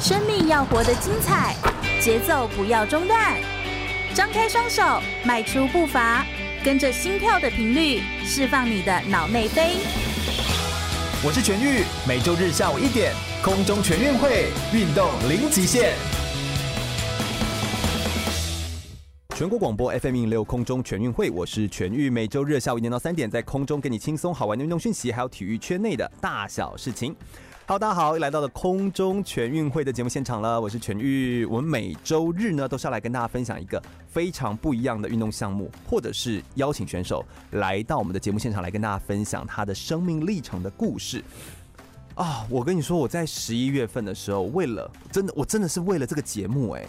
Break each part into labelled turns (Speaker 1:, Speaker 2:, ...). Speaker 1: 生命要活得精彩，节奏不要中断。张开双手，迈出步伐，跟着心跳的频率，释放你的脑内啡。
Speaker 2: 我是全玉，每周日下午一点，空中全运会，运动零极限。全国广播 FM 一六空中全运会，我是全玉，每周日下午一点到三点，在空中给你轻松好玩的运动讯息，还有体育圈内的大小事情。Hello，大家好，又来到了空中全运会的节目现场了，我是全玉。我们每周日呢都是要来跟大家分享一个非常不一样的运动项目，或者是邀请选手来到我们的节目现场来跟大家分享他的生命历程的故事。啊，我跟你说，我在十一月份的时候，为了真的，我真的是为了这个节目、哎，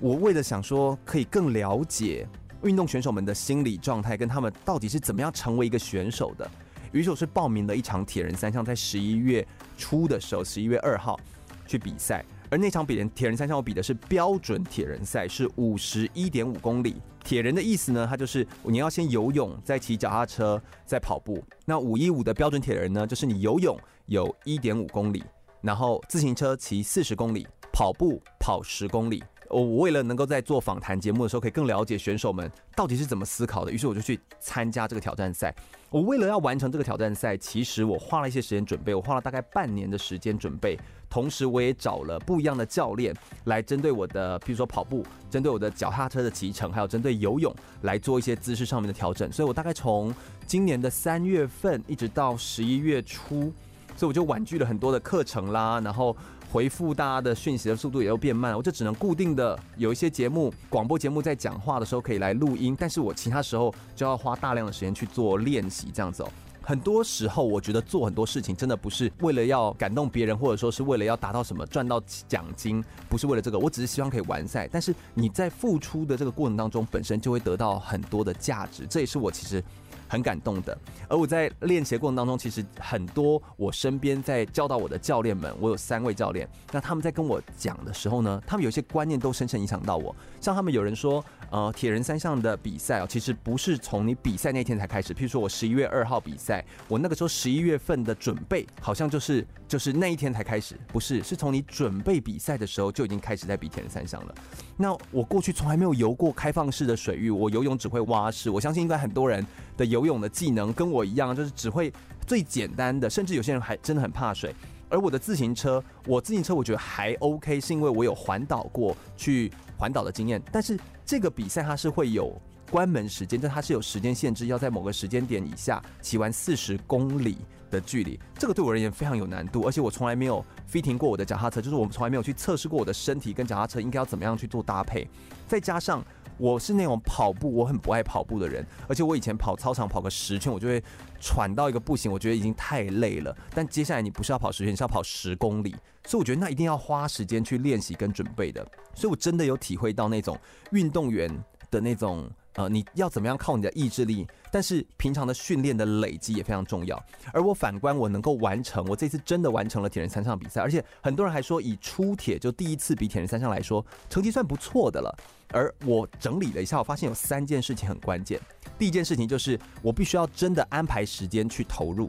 Speaker 2: 我为了想说可以更了解运动选手们的心理状态，跟他们到底是怎么样成为一个选手的，于是我是报名了一场铁人三项，在十一月初的时候，十一月二号去比赛，而那场比人铁人三项我比的是标准铁人赛，是五十一点五公里。铁人的意思呢，它就是你要先游泳，再骑脚踏车，再跑步。那五一五的标准铁人呢，就是你游泳有一点五公里，然后自行车骑四十公里，跑步跑十公里。我为了能够在做访谈节目的时候，可以更了解选手们到底是怎么思考的，于是我就去参加这个挑战赛。我为了要完成这个挑战赛，其实我花了一些时间准备，我花了大概半年的时间准备，同时我也找了不一样的教练来针对我的，譬如说跑步，针对我的脚踏车的骑乘，还有针对游泳来做一些姿势上面的调整。所以我大概从今年的三月份一直到十一月初，所以我就婉拒了很多的课程啦，然后。回复大家的讯息的速度也都变慢了，我就只能固定的有一些节目，广播节目在讲话的时候可以来录音，但是我其他时候就要花大量的时间去做练习，这样子哦。很多时候，我觉得做很多事情真的不是为了要感动别人，或者说是为了要达到什么赚到奖金，不是为了这个。我只是希望可以完赛，但是你在付出的这个过程当中，本身就会得到很多的价值，这也是我其实。很感动的，而我在练习的过程当中，其实很多我身边在教导我的教练们，我有三位教练，那他们在跟我讲的时候呢，他们有一些观念都深深影响到我。像他们有人说，呃，铁人三项的比赛哦，其实不是从你比赛那天才开始。譬如说我十一月二号比赛，我那个时候十一月份的准备，好像就是就是那一天才开始，不是，是从你准备比赛的时候就已经开始在比铁人三项了。那我过去从来没有游过开放式的水域，我游泳只会蛙式，我相信应该很多人的游。游泳的技能跟我一样，就是只会最简单的，甚至有些人还真的很怕水。而我的自行车，我自行车我觉得还 OK，是因为我有环岛过去环岛的经验。但是这个比赛它是会有关门时间，但它是有时间限制，要在某个时间点以下骑完四十公里的距离。这个对我而言非常有难度，而且我从来没有 fitting 过我的脚踏车，就是我们从来没有去测试过我的呃身体跟脚踏车应该要怎么样去做搭配。再加上。我是那种跑步，我很不爱跑步的人，而且我以前跑操场跑个十圈，我就会喘到一个不行，我觉得已经太累了。但接下来你不是要跑十圈，你是要跑十公里，所以我觉得那一定要花时间去练习跟准备的。所以我真的有体会到那种运动员的那种呃，你要怎么样靠你的意志力，但是平常的训练的累积也非常重要。而我反观我能够完成，我这次真的完成了铁人三项比赛，而且很多人还说以初铁就第一次比铁人三项来说，成绩算不错的了。而我整理了一下，我发现有三件事情很关键。第一件事情就是我必须要真的安排时间去投入，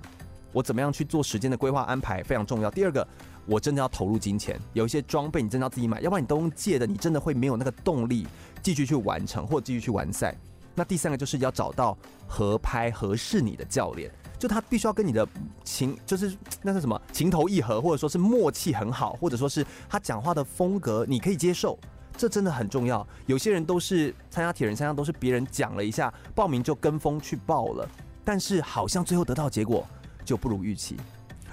Speaker 2: 我怎么样去做时间的规划安排非常重要。第二个，我真的要投入金钱，有一些装备你真的要自己买，要不然你都用借的，你真的会没有那个动力继续去完成或继续去完赛。那第三个就是要找到合拍合适你的教练。就他必须要跟你的情，就是那是什么情投意合，或者说是默契很好，或者说是他讲话的风格你可以接受，这真的很重要。有些人都是参加铁人三项，都是别人讲了一下，报名就跟风去报了，但是好像最后得到结果就不如预期。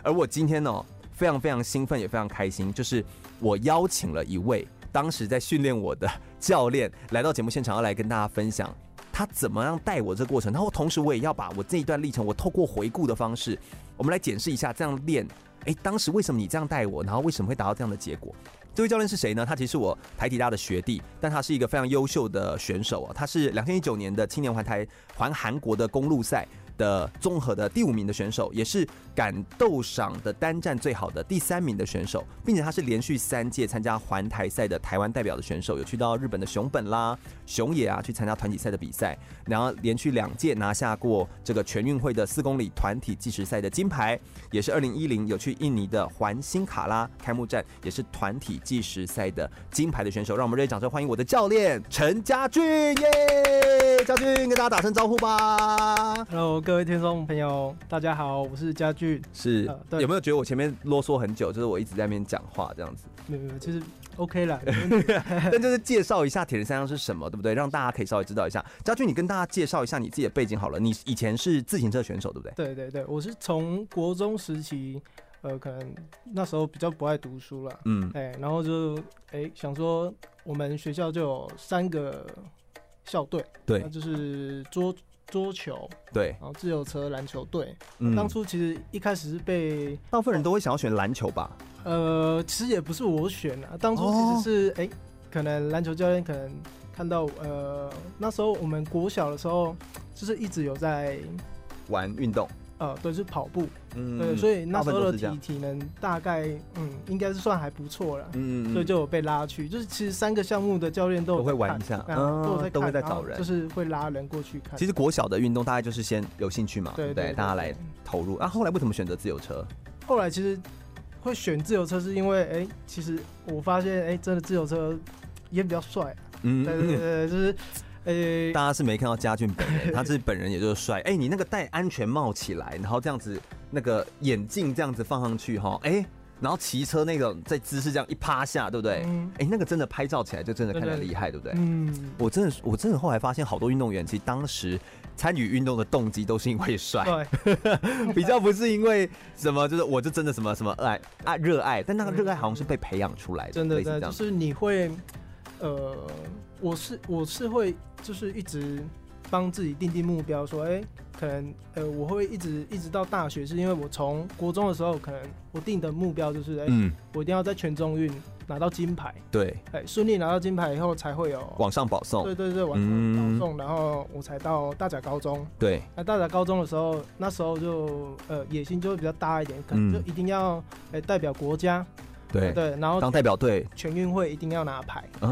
Speaker 2: 而我今天呢、哦，非常非常兴奋，也非常开心，就是我邀请了一位当时在训练我的教练来到节目现场，要来跟大家分享。他怎么样带我这过程？然后同时我也要把我这一段历程，我透过回顾的方式，我们来检视一下这样练，诶，当时为什么你这样带我？然后为什么会达到这样的结果？这位教练是谁呢？他其实是我台体大的学弟，但他是哦一个非常优秀的选手啊。他是两千一九年的青年环台环韩国的公路赛的综合的第五名的选手，也是敢斗赏的单站最好的第三名的选手，并且他是连续三届参加环台赛的台湾代表的选手，有去到日本的熊本啦、熊野啊去参加团体赛的比赛，然后连续两届拿下过这个全运会的四公里团体计时赛的金牌，也是二零一零有去印尼的环辛卡拉开幕战，也是团体计时赛的金牌的选手。让我们热烈掌声欢迎我的教练陈家俊，耶！家俊跟大家打声招呼吧。
Speaker 3: Hello，各位听众朋友，大家好，我是家具。
Speaker 2: 是、
Speaker 3: 呃对
Speaker 2: 有没有觉得我前面啰嗦很久，就是我一直在那边讲话这样 子？
Speaker 3: 没有没有，其实 OK 啦。
Speaker 2: 但就是介绍一下铁人三项是什么，对不对？让大家可以稍微知道一下。家俊，你跟大家介绍一下你自己的背景好了。你以前是自行车选手，对不对？
Speaker 3: 对对对，我是从国中时期，呃，可能那时候比较不爱读书啦，
Speaker 2: 嗯，
Speaker 3: 哎、然后就哎、想说，我们学校就有三个校队，
Speaker 2: 对
Speaker 3: 那就是桌桌球，
Speaker 2: 对，
Speaker 3: 然后自由车篮球队。
Speaker 2: 嗯，
Speaker 3: 当初其实一开始是被
Speaker 2: 大部分人都会想要选篮球吧？
Speaker 3: 呃，其实也不是我选啊，当
Speaker 2: 哦
Speaker 3: 初其实是哎、诶可能篮球教练可能看到呃，那时候我们国小的时候，就是一直有在
Speaker 2: 玩运动，
Speaker 3: 呃，对，是跑步，
Speaker 2: 嗯
Speaker 3: 对，所以那时
Speaker 2: 大部
Speaker 3: 候
Speaker 2: 分
Speaker 3: 的
Speaker 2: 都是这样
Speaker 3: 体体能大概嗯，应该是算还不错了。
Speaker 2: 嗯
Speaker 3: 所以就有被拉去，就是其实三个项目的教练都有
Speaker 2: 都会
Speaker 3: 在
Speaker 2: 玩
Speaker 3: 看
Speaker 2: 一下
Speaker 3: 啊
Speaker 2: 嗯
Speaker 3: 都有在
Speaker 2: 都会
Speaker 3: 看
Speaker 2: 在
Speaker 3: 然
Speaker 2: 找
Speaker 3: 后
Speaker 2: 人
Speaker 3: 就是会拉人过去看。
Speaker 2: 其
Speaker 3: 实
Speaker 2: 实国小的运动大概就是先有兴趣嘛，
Speaker 3: 对
Speaker 2: 不对？
Speaker 3: 对
Speaker 2: 大家来投入。啊，后来为什么选择自由车？
Speaker 3: 后来其实会选自由车，是因为哎、其实我发现哎、真的自由车也比较帅，
Speaker 2: 嗯，
Speaker 3: 对对对对，就是 呃、
Speaker 2: 大家是没看到家俊本 人，他是本人也就是帅。哎、你那个戴安全帽起来，然后这样子，那个眼镜这样子放上去哈，哎、然后骑车那个在姿势这样一趴下，对不对？哎、
Speaker 3: 嗯
Speaker 2: 那个真的拍照起来就真的看起来厉害，对不对？
Speaker 3: 嗯，
Speaker 2: 我真的，我真的后来发现，好多运动员其实当时参与运动的动机都是因为帅，
Speaker 3: 对，
Speaker 2: 比较不是因为什么，就是我就真的什么什么爱爱热爱，但那个热爱好像是被培养出来的，
Speaker 3: 真的
Speaker 2: 类似
Speaker 3: 真
Speaker 2: 这
Speaker 3: 的
Speaker 2: 样
Speaker 3: 就
Speaker 2: 子。
Speaker 3: 是你会，呃，我是我是会就是一直帮自己定定目标，说，哎、可能呃，我会一直一直到大学，是因为我从国中的时候，可能我定的目标就是，哎、
Speaker 2: 嗯，
Speaker 3: 我一定要在全中运拿到金牌，
Speaker 2: 对，
Speaker 3: 哎、顺利拿到金牌以后才会有，
Speaker 2: 往上保送
Speaker 3: 对，对对，往
Speaker 2: 嗯
Speaker 3: 上保送，然后我才到大甲高中。
Speaker 2: 对，
Speaker 3: 那到达高中的时候，那时候就呃野心就会比较大一点，可能
Speaker 2: 嗯
Speaker 3: 就一定要哎、代表国家，
Speaker 2: 对，
Speaker 3: 对，然后
Speaker 2: 当代表队
Speaker 3: 全运会一定要拿牌，
Speaker 2: 哦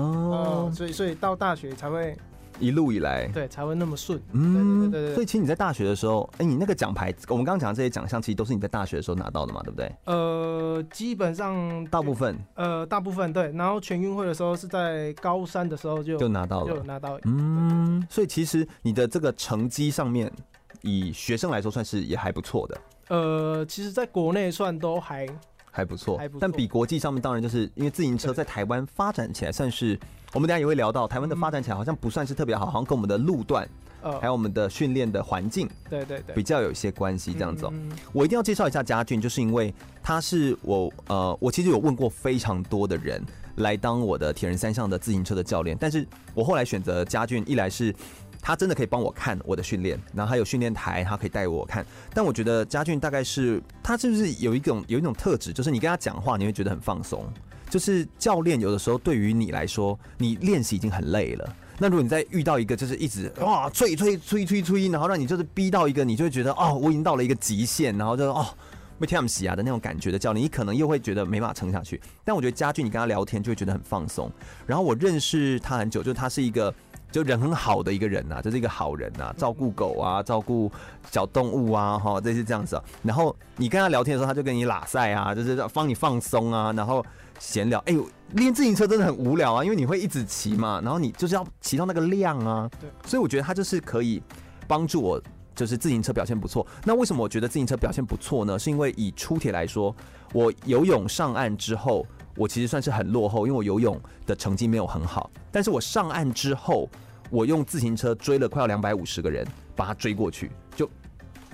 Speaker 3: 哦，，所以所以到大学才会
Speaker 2: 一路以来，
Speaker 3: 对才会那么顺，
Speaker 2: 嗯，
Speaker 3: 对对对对
Speaker 2: 所以其实你在大学的时候，哎、你那个奖牌，我们刚刚讲的这些奖项，其实都是你在大学的时候拿到的嘛，对不对？
Speaker 3: 呃，基本上
Speaker 2: 大部分
Speaker 3: 呃大部分对，然后全运会的时候是在高三的时候就
Speaker 2: 就拿到
Speaker 3: 就有
Speaker 2: 了。
Speaker 3: 拿到，
Speaker 2: 嗯，所以其实你的这个成绩上面，以学生来说算是也还不错的，
Speaker 3: 呃，其实在国内算都还
Speaker 2: 还不错
Speaker 3: 还不。错
Speaker 2: 但比国际上面，当然就是因为自行车在台湾发展起来算是，我们等一下也会聊到，台湾的发展起来好像不算是特别好，好像跟我们的路段
Speaker 3: 呃
Speaker 2: 还有我们的训练的环境
Speaker 3: 对对对
Speaker 2: 比较有一些关系，这样子哦、
Speaker 3: 嗯
Speaker 2: 我一定要介绍一下家俊，就是因为他是我呃，我其实有问过非常多的人来当我的铁人三项的自行车的教练，但是我后来选择家俊，一来是他真的可以帮我看我的训练，然后还有训练台，他可以带我看。但我觉得家俊大概是他是不是有一种有一种特质，就是你跟他讲话，你会觉得很放松。就是教练有的时候对于你来说，你练习已经很累了。那如果你再遇到一个就是一直哇催催催催催，然后让你就是逼到一个，你就会觉得哦，我已经到了一个极限，然后就哦被跳喜啊的那种感觉的教练，你可能又会觉得没办法撑下去。但我觉得家俊，你跟他聊天就会觉得很放松。然后我认识他很久，就他是一个。就人很好的一个人呐、啊就是一个好人呐、照顾狗啊，照顾小动物啊，哈，这些这样子、啊。然后你跟他聊天的时候，他就跟你拉塞啊，就是帮你放松啊，然后闲聊。哎、呦，练自行车真的很无聊啊，因为你会一直骑嘛，然后你就是要骑到那个量啊。
Speaker 3: 对，
Speaker 2: 所以我觉得他就是可以帮助我，就是自行车表现不错。那为什么我觉得自行车表现不错呢？是因为以出铁来说，我游泳上岸之后，我其实算是很落后，因为我游泳的成绩没有很好。但是我上岸之后，我用自行车追了快要两百五十个人，把他追过去，就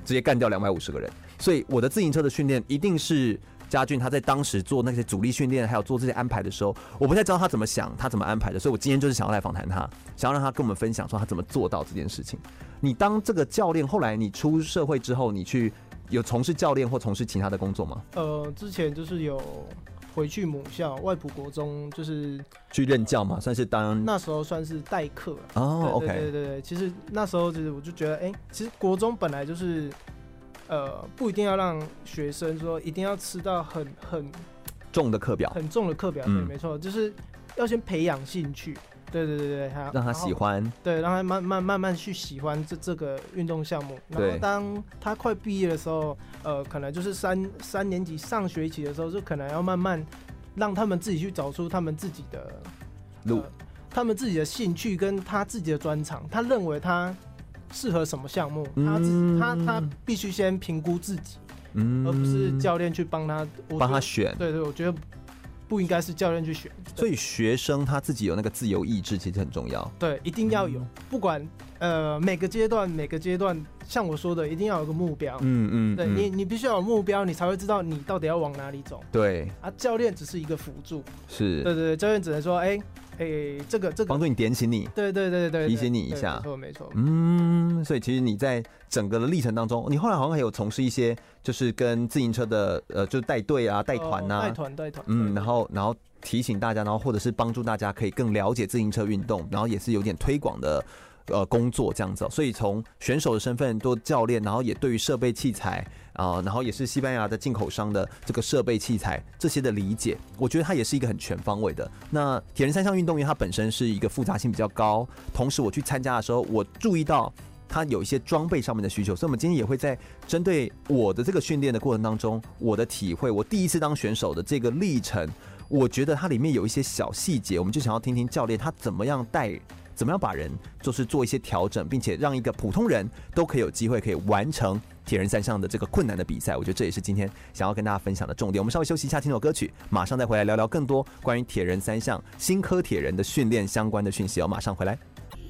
Speaker 2: 直接干掉两百五十个人。所以我的自行车的训练一定是家俊他在当时做那些主力训练，还有做这些安排的时候，我不太知道他怎么想，他怎么安排的。所以我今天就是想要来访谈他，想要让他跟我们分享说他怎么做到这件事情。你当这个教练，后来你出社会之后，你去有从事教练或从事其他的工作吗？
Speaker 3: 呃之前就是有回去母校外埔国中，就是
Speaker 2: 去任教嘛，算是当
Speaker 3: 那时候算是代课啊。
Speaker 2: 哦
Speaker 3: 对对对
Speaker 2: ，OK，
Speaker 3: 对对，其实那时候就是我就觉得，哎、其实国中本来就是，呃，不一定要让学生说一定要吃到很很
Speaker 2: 重的课表
Speaker 3: 很重的课表，
Speaker 2: 嗯
Speaker 3: 对，没错，就是要先培养兴趣，对对对对，还
Speaker 2: 让他喜，
Speaker 3: 然后
Speaker 2: 欢，
Speaker 3: 对，让他慢慢慢慢去喜欢这这个运动项目。然
Speaker 2: 对
Speaker 3: 后当他快毕业的时候，呃，可能就是三三年级上学期的时候，就可能要慢慢让他们自己去找出他们自己的
Speaker 2: 路
Speaker 3: 呃他们自己的兴趣跟他自己的专长，他认为他适合什么项目，他自
Speaker 2: 嗯
Speaker 3: 他他必须先评估自己，
Speaker 2: 嗯，
Speaker 3: 而不是教练去帮他。我
Speaker 2: 帮他
Speaker 3: 觉
Speaker 2: 选
Speaker 3: 得。对对，我觉得不应该是教练去选，
Speaker 2: 所以学生他自己有那个自由意志，其实很重要。
Speaker 3: 对，一定要有，
Speaker 2: 嗯
Speaker 3: 不管呃每个阶段每个阶段，像我说的，一定要有个目标。
Speaker 2: 嗯嗯，
Speaker 3: 对
Speaker 2: 嗯
Speaker 3: 你，你必须要有目标，你才会知道你到底要往哪里走
Speaker 2: 对
Speaker 3: 啊。教练只是一个辅助，对
Speaker 2: 是
Speaker 3: 对对，教练只能说，哎、哎、这个这个
Speaker 2: 帮，助你点醒你。
Speaker 3: 对对对对对，
Speaker 2: 提醒你一
Speaker 3: 对
Speaker 2: 下
Speaker 3: 没错没错，
Speaker 2: 嗯，所以其实你在整个的历程当中，你后来好像还有从事一些就是跟自行车的呃，就是带队啊、带团呐、
Speaker 3: 哦带团带团，
Speaker 2: 嗯，
Speaker 3: 对
Speaker 2: 然后然后提醒大家，然后或者是帮助大家可以更了解自行车运动，然后也是有点推广的呃工作这样子哦、所以从选手的身份做教练，然后也对于设备器材啊、然后也是西班牙的进口商的这个设备器材这些的理解，我觉得它也是一个很全方位的。那铁人三项运动，因为它本身是一个复杂性比较高，同时我去参加的时候，我注意到。它有一些装备上面的需求，所以我们今天也会在针对我的这个训练的过程当中，我的体会，我第一次当选手的这个历程，我觉得它里面有一些小细节，我们就想要听听教练他怎么样带，怎么样把人就是做一些调整，并且让一个普通人都可以有机会可以完成铁人三项的这个困难的比赛。我觉得这也是今天想要跟大家分享的重点。我们稍微休息一下，听首歌曲，马上再回来聊聊更多关于铁人三项新科铁人的训练相关的讯息哦。马上回来。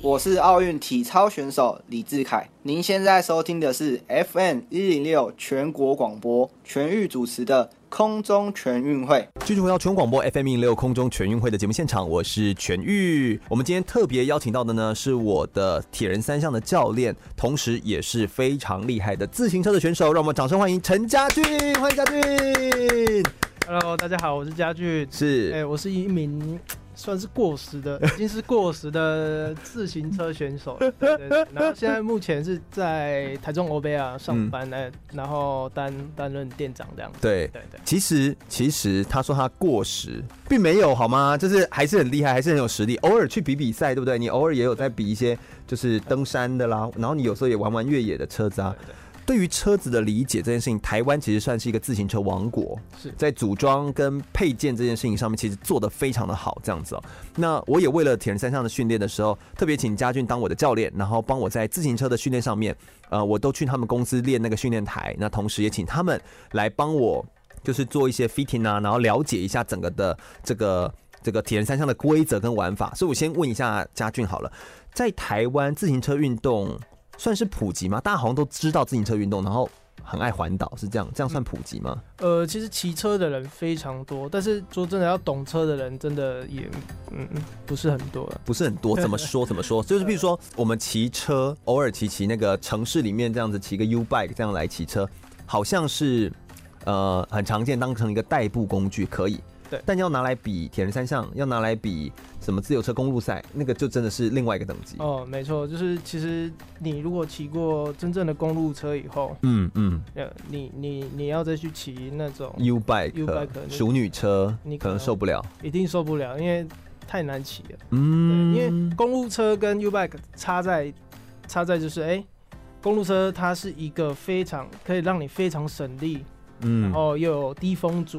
Speaker 4: 我是奥运体操选手李志凯。您现在收听的是 FM 一零六全国广播全域主持的空中全运会。
Speaker 2: 继续回到全广播 FM 一六空中全运会的节目现场，我是全玉。我们今天特别邀请到的呢，是我的铁人三项的教练，同时也是非常厉害的自行车的选手。让我们掌声欢迎陈家俊，欢迎家俊。
Speaker 3: Hello，大家好，我是佳俊。哎、
Speaker 2: 是，
Speaker 3: 我是一名算是过 时的，已经是过时的自行车选手了。对对对然后现在目前是在台中欧贝亚上班，
Speaker 2: 嗯
Speaker 3: 哎、然后担担任店长这样子。
Speaker 2: 对。
Speaker 3: 对对
Speaker 2: 其实，其实他说他过时，并没有好吗？就是还是很厉害，还是很有实力。偶尔去比比赛，对不对？你偶尔也有在比一些就是登山的啦，然后你有时候也玩玩越野的车子啊。
Speaker 3: 对对
Speaker 2: 对于车子的理解这件事情，台湾其实算是一个自行车王国，
Speaker 3: 是
Speaker 2: 在组装跟配件这件事情上面，其实做得非常的好，这样子哦。那我也为了铁人三项的训练的时候，特别请家俊当我的教练，然后帮我在自行车的训练上面，呃，我都去他们公司练那个训练台，那同时也请他们来帮我，就是做一些 fitting 啊，然后了解一下整个的这个这个铁人三项的规则跟玩法。所以我先问一下家俊好了，在台湾自行车运动算是普及吗？大家好像都知道自行车运动，然后很爱环岛，是这样，这样算普及吗？
Speaker 3: 呃，其实骑车的人非常多，但是说真的，要懂车的人真的也嗯不是很多了。
Speaker 2: 不是很 多，怎么说怎么说？就是比如说我们骑车，偶尔骑骑那个城市里面这样子骑个 U bike 这样来骑车，好像是呃很常见，当成一个代步工具可以。
Speaker 3: 对
Speaker 2: 但要拿来比铁人三项，要拿来比什么自由车公路赛，那个就真的是另外一个等级。
Speaker 3: 哦，没错，就是其实你如果骑过真正的公路车以后，
Speaker 2: 嗯嗯
Speaker 3: 呃，你你你要再去骑那种
Speaker 2: ，U
Speaker 3: 哦
Speaker 2: bike
Speaker 3: U bike，那
Speaker 2: 熟女车
Speaker 3: 你
Speaker 2: 可
Speaker 3: 可
Speaker 2: 能
Speaker 3: 能
Speaker 2: 受不了。
Speaker 3: 一定受不了，因为太难骑了。
Speaker 2: 嗯，
Speaker 3: 对，因为公路车跟 U bike 差在差在就是，哎、公路车它是一个非常可以让你非常省力，
Speaker 2: 嗯
Speaker 3: 然后又有低风阻，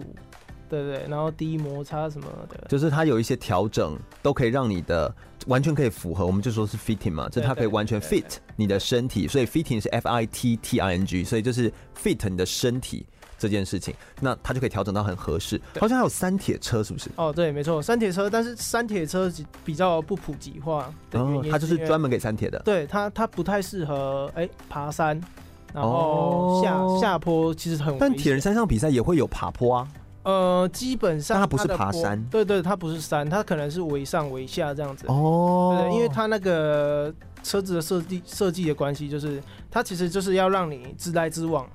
Speaker 3: 对不对？然后低摩擦什么的，
Speaker 2: 就是它有一些调整，都可以让你的完全可以符合，我们就说是 fitting 嘛，就是它可以完全
Speaker 3: 对对对
Speaker 2: fit 你的身体，所以 fitting 是 f i t t i n g，所以就是 fit 你的身体这件事情，那它就可以调整到很合适。
Speaker 3: 对
Speaker 2: 好像还有三铁车，是不是？
Speaker 3: 哦，对，没错，山铁车，但是山铁车比比较不普及化的原因
Speaker 2: 哦
Speaker 3: 因为，
Speaker 2: 它就是专门给三铁的。
Speaker 3: 对它它不太适合哎、爬山，然
Speaker 2: 哦
Speaker 3: 后下、下坡其实很危
Speaker 2: 但铁
Speaker 3: 险
Speaker 2: 人三项比赛也会有爬坡啊，
Speaker 3: 呃，基本上
Speaker 2: 但它不是
Speaker 3: 的
Speaker 2: 爬
Speaker 3: 坡
Speaker 2: 山
Speaker 3: 对对，它不是山，它可能是围上围下这样子。
Speaker 2: 哦
Speaker 3: 对，因为它那个车子的设计设计的关系，就是它其实就是要让你自来自往，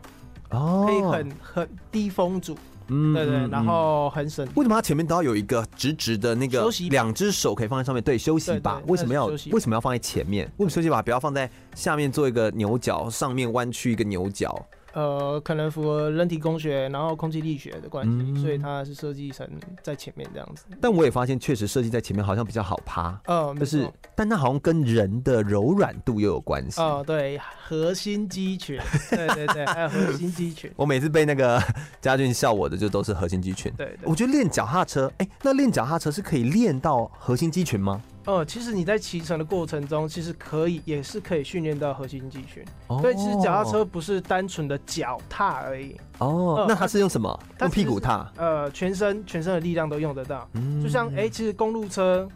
Speaker 2: 哦
Speaker 3: 可以很很低风阻，
Speaker 2: 嗯
Speaker 3: 对对，
Speaker 2: 嗯
Speaker 3: 然
Speaker 2: 嗯
Speaker 3: 后很省
Speaker 2: 为什么它前面都要有一个直直的那个
Speaker 3: 休息把
Speaker 2: 两只手可以放在上面？对，休息把
Speaker 3: 对对
Speaker 2: 为什么要
Speaker 3: 那是休息把
Speaker 2: 为什么要放在前面？为什么休息把不要放在下面做一个牛角，上面弯曲一个牛角？
Speaker 3: 呃，可能符合人体工学，然后空气力学的关系，
Speaker 2: 嗯
Speaker 3: 所以它是设计成在前面这样子。
Speaker 2: 但我也发现，确实设计在前面好像比较好趴，
Speaker 3: 呃，没
Speaker 2: 但是
Speaker 3: 错
Speaker 2: 但它好像跟人的柔软度又有关系。
Speaker 3: 哦，对，核心肌群，对对对，还有核心肌群，
Speaker 2: 我每次被那个 嘉俊笑我的，就都是核心肌群。
Speaker 3: 对对
Speaker 2: 我。觉得练脚踏车，哎、那练脚踏车是可以练到核心肌群吗？
Speaker 3: 哦，其实你在骑乘的过程中，其实可以也是可以训练到核心肌群。
Speaker 2: 哦
Speaker 3: 所以其实脚踏车不是单纯的脚踏而已，
Speaker 2: 哦
Speaker 3: 嗯，
Speaker 2: 那它是用什么？
Speaker 3: 它
Speaker 2: 用
Speaker 3: 其实
Speaker 2: 屁股踏。
Speaker 3: 呃，全身全身的力量都用得到。
Speaker 2: 嗯
Speaker 3: 就像哎、其实公路车，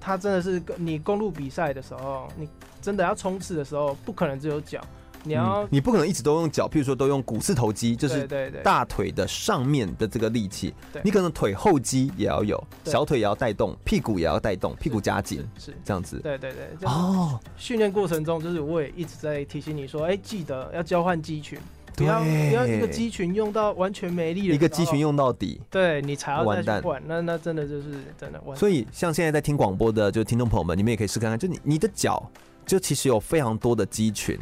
Speaker 3: 它真的是跟你公路比赛的时候，你真的要冲刺的时候，不可能只有脚，你要、
Speaker 2: 嗯你不可能一直都用脚，譬如说都用股四头肌，就是
Speaker 3: 对对对
Speaker 2: 大腿的上面的这个力气
Speaker 3: 对，
Speaker 2: 你可能腿后肌也要有，
Speaker 3: 对
Speaker 2: 小腿也要带动，屁股也要带动，屁股夹紧
Speaker 3: 是，是
Speaker 2: 这样子。
Speaker 3: 对对对。这样
Speaker 2: 哦，
Speaker 3: 训练过程中，就是我也一直在提醒你说，哎、记得要交换肌群，不要
Speaker 2: 对
Speaker 3: 不要一个肌群用到完全没力了，
Speaker 2: 一个肌群
Speaker 3: 然后，
Speaker 2: 用到底。
Speaker 3: 对你才要
Speaker 2: 完
Speaker 3: 再去
Speaker 2: 蛋
Speaker 3: 换，那那真的就是真的完。
Speaker 2: 所以像现在在听广播的就听众朋友们，你们也可以试看看，就你你的脚就其实有非常多的肌群。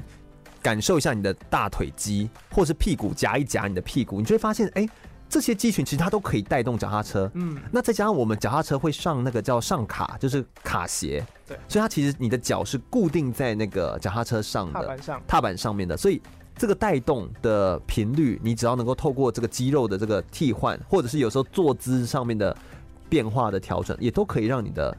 Speaker 2: 感受一下你的大腿肌，或是屁股夹一夹你的屁股，你就会发现，哎、这些肌群其实它都可以带动脚踏车。
Speaker 3: 嗯，
Speaker 2: 那再加上我们脚踏车会上那个叫上卡，就是卡鞋，
Speaker 3: 对，
Speaker 2: 所以它其实你的脚是固定在那个脚踏车上
Speaker 3: 踏
Speaker 2: 的
Speaker 3: 板上，
Speaker 2: 踏板上面的，所以这个带动的频率，你只要能够透过这个肌肉的这个替换，或者是有时候坐姿上面的变化的调整，也都可以让你的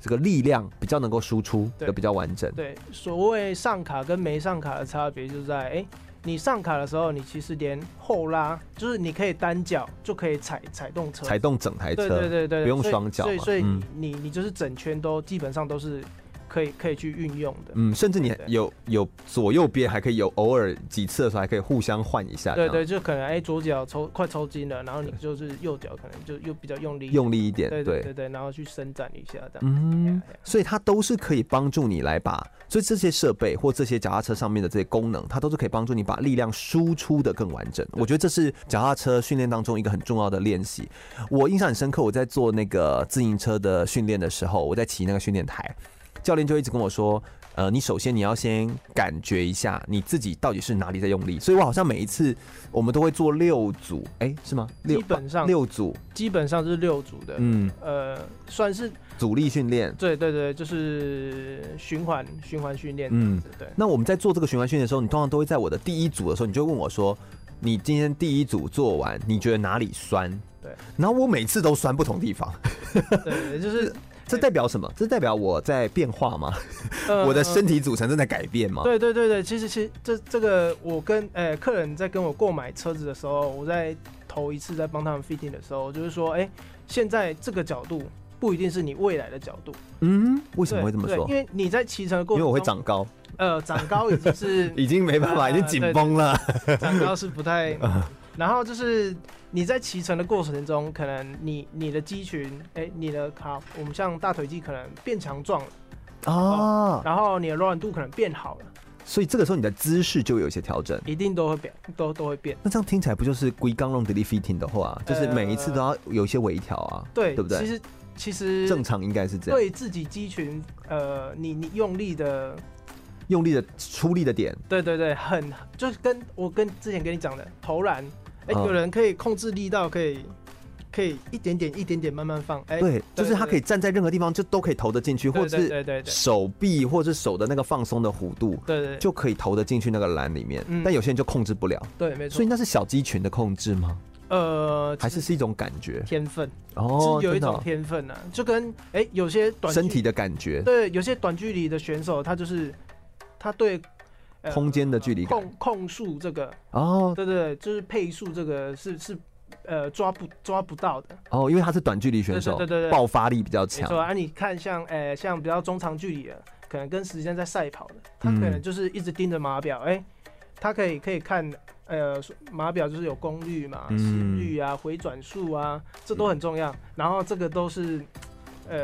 Speaker 2: 这个力量比较能够输出
Speaker 3: 对
Speaker 2: 的比较完整。
Speaker 3: 对，所谓上卡跟没上卡的差别就在，哎、你上卡的时候，你其实连后拉，就是你可以单脚就可以踩踩动车，
Speaker 2: 才动整台车，
Speaker 3: 对对对对，
Speaker 2: 不用
Speaker 3: 所以
Speaker 2: 双脚
Speaker 3: 所以
Speaker 2: 嘛
Speaker 3: 所以
Speaker 2: 嗯
Speaker 3: 你你你就是整圈都基本上都是可以可以去运用的。
Speaker 2: 嗯，甚至你
Speaker 3: 对
Speaker 2: 有有左右边还可以有偶尔几次的时候还可以互相换一下，
Speaker 3: 对
Speaker 2: 这样
Speaker 3: 对，就可能哎、左脚抽快抽筋了，然后你就是右脚可能就又比较用力，
Speaker 2: 用力一点，
Speaker 3: 对对对对，然后去伸展一下这样。
Speaker 2: 嗯
Speaker 3: 哎呀，
Speaker 2: 所以它都是可以帮助你来把，所以这些设备或这些脚踏车上面的这些功能，它都是可以帮助你把力量输出的更完整。我觉得这是脚踏车训练当中一个很重要的练习。我印象很深刻，我在做那个自行车的训练的时候，我在骑那个训练台，教练就一直跟我说。呃，你首先你要先感觉一下你自己到底是哪里在用力，所以我好像每一次我们都会做六组，哎、是吗？六
Speaker 3: 基本上
Speaker 2: 六组，
Speaker 3: 基本上是六组的，
Speaker 2: 嗯，
Speaker 3: 呃，算是
Speaker 2: 阻力训练，
Speaker 3: 对对对，就是循环循环训练。
Speaker 2: 嗯
Speaker 3: 嗯，对。
Speaker 2: 那我们在做这个循环训练的时候，你通常都会在我的第一组的时候，你就会问我说：“你今天第一组做完，你觉得哪里酸？”
Speaker 3: 对。
Speaker 2: 然后我每次都酸不同地方，
Speaker 3: 对，就是、
Speaker 2: 这代表什么？这代表我在变化吗？
Speaker 3: 呃
Speaker 2: 我的身体组成正在改变吗？
Speaker 3: 对对对对，其实其实这这个我跟呃客人在跟我购买车子的时候，我在头一次在帮他们 fitting 的时候，就是说，哎、现在这个角度不一定是你未来的角度。
Speaker 2: 嗯，为
Speaker 3: 为
Speaker 2: 什么会这么说
Speaker 3: 因？为你在骑乘的过
Speaker 2: 因为
Speaker 3: 程中，
Speaker 2: 我会长高，
Speaker 3: 呃长高已经是
Speaker 2: 已经没办法，
Speaker 3: 啊
Speaker 2: 已经啊紧绷了。
Speaker 3: 长高是 不太。然后就是你在骑乘的过程中，可能你你的肌群，哎、你的卡，我们像大腿肌可能变强壮了，
Speaker 2: 啊，
Speaker 3: 然后你的柔软度可能变好了，
Speaker 2: 所以这个时候你的姿势就会有一些调整。
Speaker 3: 一定都会变，都都会变。
Speaker 2: 那这样听起来不就是龟刚用 delete fitting 的话，就是每一次都要有一些微调啊，
Speaker 3: 呃对，
Speaker 2: 对不对
Speaker 3: 其实其实
Speaker 2: 正常应该是这样，
Speaker 3: 对自己肌群，呃，你你用力的，
Speaker 2: 用力的出力的点，
Speaker 3: 对对对，很就是跟我跟之前跟你讲的投篮，哎、
Speaker 2: 嗯
Speaker 3: 有人可以控制力道，可以可以一点点一点点慢慢放，哎、
Speaker 2: 对，就是它
Speaker 3: 对
Speaker 2: 可以站在任何地方就都可以投得进去，
Speaker 3: 对
Speaker 2: 或者
Speaker 3: 对
Speaker 2: 是
Speaker 3: 对对对
Speaker 2: 手臂或者是手的那个放松的弧度
Speaker 3: 对对
Speaker 2: 就可以投得进去那个篮里面
Speaker 3: 嗯。
Speaker 2: 但有些人就控制不了，
Speaker 3: 对，没
Speaker 2: 所
Speaker 3: 错
Speaker 2: 以，那是小肌群的控制吗？
Speaker 3: 呃，
Speaker 2: 还
Speaker 3: 其
Speaker 2: 是
Speaker 3: 实
Speaker 2: 是一种感觉？
Speaker 3: 天分，
Speaker 2: 哦，
Speaker 3: 是有
Speaker 2: 真
Speaker 3: 一
Speaker 2: 的
Speaker 3: 种
Speaker 2: 哦
Speaker 3: 天分啊，就跟哎、有些短距
Speaker 2: 身体的感觉，
Speaker 3: 对有些短距离的选手，他就是他对。呃
Speaker 2: 空间的距离感
Speaker 3: 控控速这个
Speaker 2: 哦
Speaker 3: 对对，对就是配速这个是是呃抓不抓不到的，
Speaker 2: 哦，因为他是短距离选手，
Speaker 3: 对对对对对
Speaker 2: 爆发力比较
Speaker 3: 没错
Speaker 2: 强，
Speaker 3: 啊。你看像呃像比较中长距离的，可能跟时间在赛跑的，他可能
Speaker 2: 嗯
Speaker 3: 就是一直盯着码表，哎、他可以可以看呃码表就是有功率嘛、
Speaker 2: 嗯
Speaker 3: 心率啊、回转数啊，这都很重要。然后这个都是呃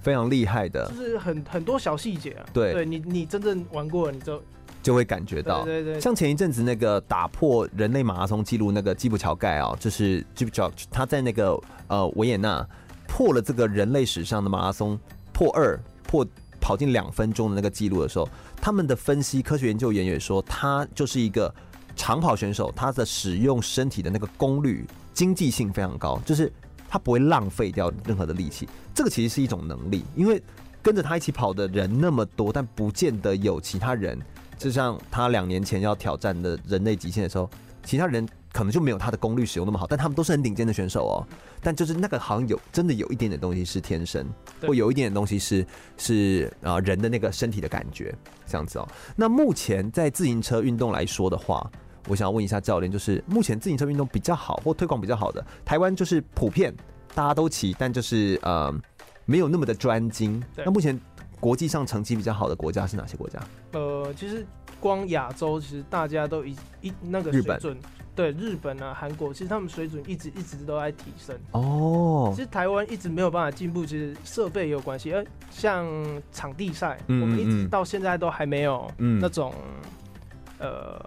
Speaker 2: 非常厉害
Speaker 3: 就
Speaker 2: 的。
Speaker 3: 是很很多小细节啊。
Speaker 2: 对
Speaker 3: 对你你真正玩过了，你就
Speaker 2: 就会感觉到。
Speaker 3: 对对对
Speaker 2: 像前一阵子那个打破人类马拉松纪录那个基普乔盖哦，就是基普乔他在那个呃维也纳破了这个人类史上的马拉松破二破跑进两分钟的那个记录的时候，他们的分析科学研究员也说，他就是一个长跑选手，他的使用身体的那个功率经济性非常高，就是他不会浪费掉任何的力气。这个其实是一种能力，因为跟着他一起跑的人那么多，但不见得有其他人。就像他两年前要挑战的人类极限的时候，其他人可能就没有他的功率使用那么好，但他们都是很顶尖的选手哦。但就是那个好像有真的有一点点东西是天生，
Speaker 3: 对
Speaker 2: 或有一点点东西是是啊、呃人的那个身体的感觉这样子哦。那目前在自行车运动来说的话，我想要问一下教练，就是目前自行车运动比较好或推广比较好的，台湾就是普遍大家都骑，但就是呃没有那么的专精。
Speaker 3: 对
Speaker 2: 那目前国际上成绩比较好的国家是哪些国家？
Speaker 3: 呃，其实光亚洲，其实大家都一一那个
Speaker 2: 日
Speaker 3: 水
Speaker 2: 本
Speaker 3: 准，对日本啊、韩国，其实他们水准一直一直都在提升。
Speaker 2: 哦
Speaker 3: 其，实台湾一直没有办法进步，其实设备也有关系。呃，像场地赛，
Speaker 2: 嗯
Speaker 3: 我们一
Speaker 2: 嗯
Speaker 3: 直
Speaker 2: 嗯
Speaker 3: 到现在都还没有
Speaker 2: 嗯
Speaker 3: 那种、呃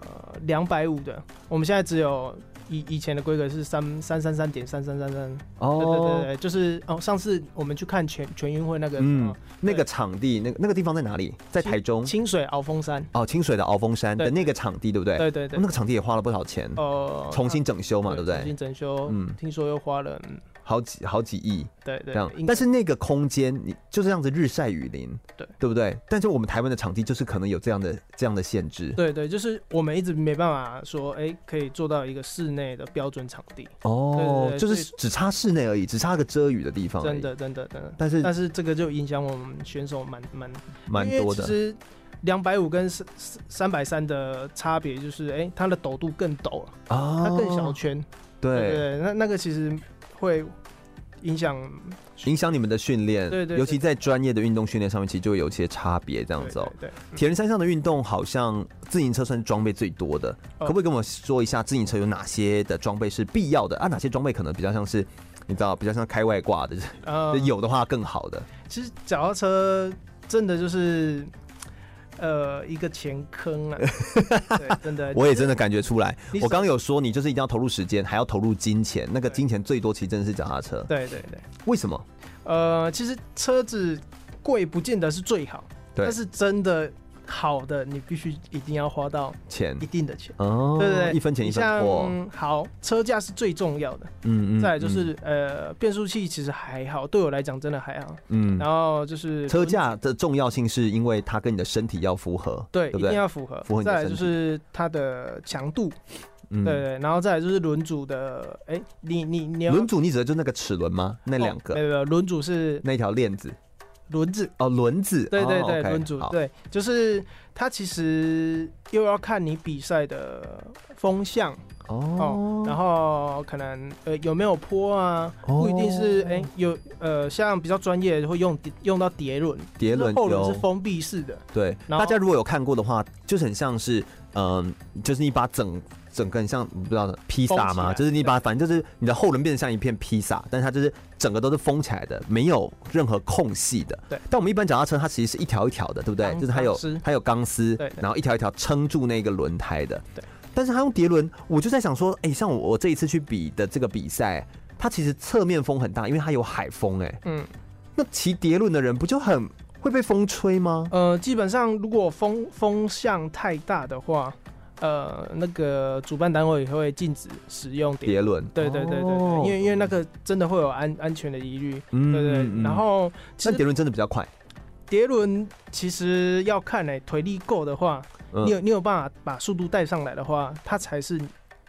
Speaker 3: 两百五的，我们现在只有以以前的规格是三三三三点三三三三，对对对
Speaker 2: 哦，
Speaker 3: 对，就是哦，上次我们去看全全运会那个什
Speaker 2: 嗯
Speaker 3: 么、，
Speaker 2: 那个场地，那个那个地方在哪里？在台中
Speaker 3: 哦清水鳌峰山，
Speaker 2: 哦，清水的鳌峰山
Speaker 3: 对
Speaker 2: 的那个场地，对不对？哦
Speaker 3: 对对对
Speaker 2: 那，个场地也花了不少钱，
Speaker 3: 呃，
Speaker 2: 重新整修嘛，对不
Speaker 3: 重
Speaker 2: 对
Speaker 3: 新？整修，
Speaker 2: 嗯
Speaker 3: 听说又花了，嗯
Speaker 2: 好几好几亿
Speaker 3: 对对，
Speaker 2: 这样
Speaker 3: 应，
Speaker 2: 但是那个空间你就这样子日晒雨淋，
Speaker 3: 对
Speaker 2: 对不对？但是我们台湾的场地就是可能有这样的这样的限制
Speaker 3: 对对，就是我们一直没办法说，哎、可以做到一个室内的标准场地，
Speaker 2: 哦，
Speaker 3: 对对对
Speaker 2: 就是
Speaker 3: 所
Speaker 2: 只差室内而已，只差个遮雨的地方而已，
Speaker 3: 真的真的真的。
Speaker 2: 哦但是
Speaker 3: 但是这个就影响我们选手蛮蛮
Speaker 2: 蛮
Speaker 3: 因为
Speaker 2: 多
Speaker 3: 其
Speaker 2: 的
Speaker 3: 实两百五跟三三百三的差别就是，哎、它的陡度更陡了，
Speaker 2: 啊
Speaker 3: 它更小圈。对
Speaker 2: 对。
Speaker 3: 对，那那个其实会影响。
Speaker 2: 影响你们的训练，
Speaker 3: 对对对
Speaker 2: 尤其在专业的运动训练上面，其实就会有一些差别，这样子哦。
Speaker 3: 对对
Speaker 2: 铁人三项的运动好像自行车算是装备最多的，可
Speaker 3: 哦
Speaker 2: 不可以跟我说一下自行车有哪些的装备是必要的啊？哪些装备可能比较像是你知道比较像开外挂的，
Speaker 3: 对呃，
Speaker 2: 有的话更好的
Speaker 3: 其实脚踏车真的就是呃一个钱 坑啊，对，真的。
Speaker 2: 我也真的感觉出来。
Speaker 3: 哎你
Speaker 2: 我刚刚有说你就是一定要投入时间，还要投入金钱，那个
Speaker 3: 对
Speaker 2: 金钱最多其实真的是脚踏车，
Speaker 3: 对对对，
Speaker 2: 为什么？
Speaker 3: 呃，其实车子贵不见得是最好，
Speaker 2: 对
Speaker 3: 但是真的好的，你必须一定要花到
Speaker 2: 钱
Speaker 3: 一定的钱。
Speaker 2: 哦，
Speaker 3: 对对对，
Speaker 2: 一分钱一
Speaker 3: 你
Speaker 2: 分
Speaker 3: 像
Speaker 2: 货，
Speaker 3: 好车架是最重要的，
Speaker 2: 嗯
Speaker 3: 再来就是、呃变速器其实还好，对我来讲真的还好。
Speaker 2: 嗯
Speaker 3: 然后就是
Speaker 2: 车
Speaker 3: 轮
Speaker 2: 架的重要性是因为它跟你的身体要符合，
Speaker 3: 对，
Speaker 2: 对不
Speaker 3: 一定
Speaker 2: 对？
Speaker 3: 要符合。
Speaker 2: 符合你的
Speaker 3: 再来就
Speaker 2: 身体
Speaker 3: 是它的强度，
Speaker 2: 嗯
Speaker 3: 对对，然后再来就是轮组的，哎、你你你要
Speaker 2: 轮组你指的就那个齿轮吗？那
Speaker 3: 哦
Speaker 2: 两
Speaker 3: 没
Speaker 2: 个，
Speaker 3: 有没有，轮组是
Speaker 2: 那条链子
Speaker 3: 轮子，
Speaker 2: 哦，轮子，
Speaker 3: 对对
Speaker 2: 哦
Speaker 3: 对，
Speaker 2: ，OK，
Speaker 3: 轮组
Speaker 2: 好，
Speaker 3: 对，就是它其实又要看你比赛的风向哦
Speaker 2: 哦，，
Speaker 3: 然
Speaker 2: 后
Speaker 3: 后可能呃有没有坡啊，不一定是哎、有呃像比较专业的会用用到碟轮，
Speaker 2: 碟轮
Speaker 3: 就是后轮
Speaker 2: 有
Speaker 3: 是封闭式的，
Speaker 2: 对，
Speaker 3: 然
Speaker 2: 大
Speaker 3: 后
Speaker 2: 家如果有看过的话，就是很像是，嗯，就是你把整整个很像不知道的披萨
Speaker 3: 封起
Speaker 2: 嘛，
Speaker 3: 来
Speaker 2: 就是你把反正就是你的后轮变得像一片披萨，但是它就是整个都是封起来的，没有任何空隙的。
Speaker 3: 对
Speaker 2: 但我们一般脚踏车它其实是一条一条的，对不对？
Speaker 3: 钢
Speaker 2: 就是它有
Speaker 3: 钢丝
Speaker 2: 它有钢丝
Speaker 3: 对，对
Speaker 2: 然后一条一条撑住那个轮胎的。
Speaker 3: 对。
Speaker 2: 但是它用碟轮，我就在想说，哎、像我我这一次去比的这个比赛，它其实侧面风很大，因为它有海风、哎，
Speaker 3: 嗯
Speaker 2: 那骑碟轮的人不就很会被风吹吗？
Speaker 3: 呃基本上如果风风向太大的话，呃那个主办单位也会禁止使用碟。
Speaker 2: 碟轮，
Speaker 3: 对对对对
Speaker 2: 哦
Speaker 3: 对，因为因为那个真的会有安安全的疑虑，
Speaker 2: 嗯
Speaker 3: 对
Speaker 2: 嗯
Speaker 3: 对对。
Speaker 2: 嗯
Speaker 3: 然后其
Speaker 2: 但
Speaker 3: 实
Speaker 2: 碟轮真的比较快，
Speaker 3: 碟轮其实要看呢、腿力够的话，
Speaker 2: 嗯
Speaker 3: 你有你有办法把速度带上来的话，它才是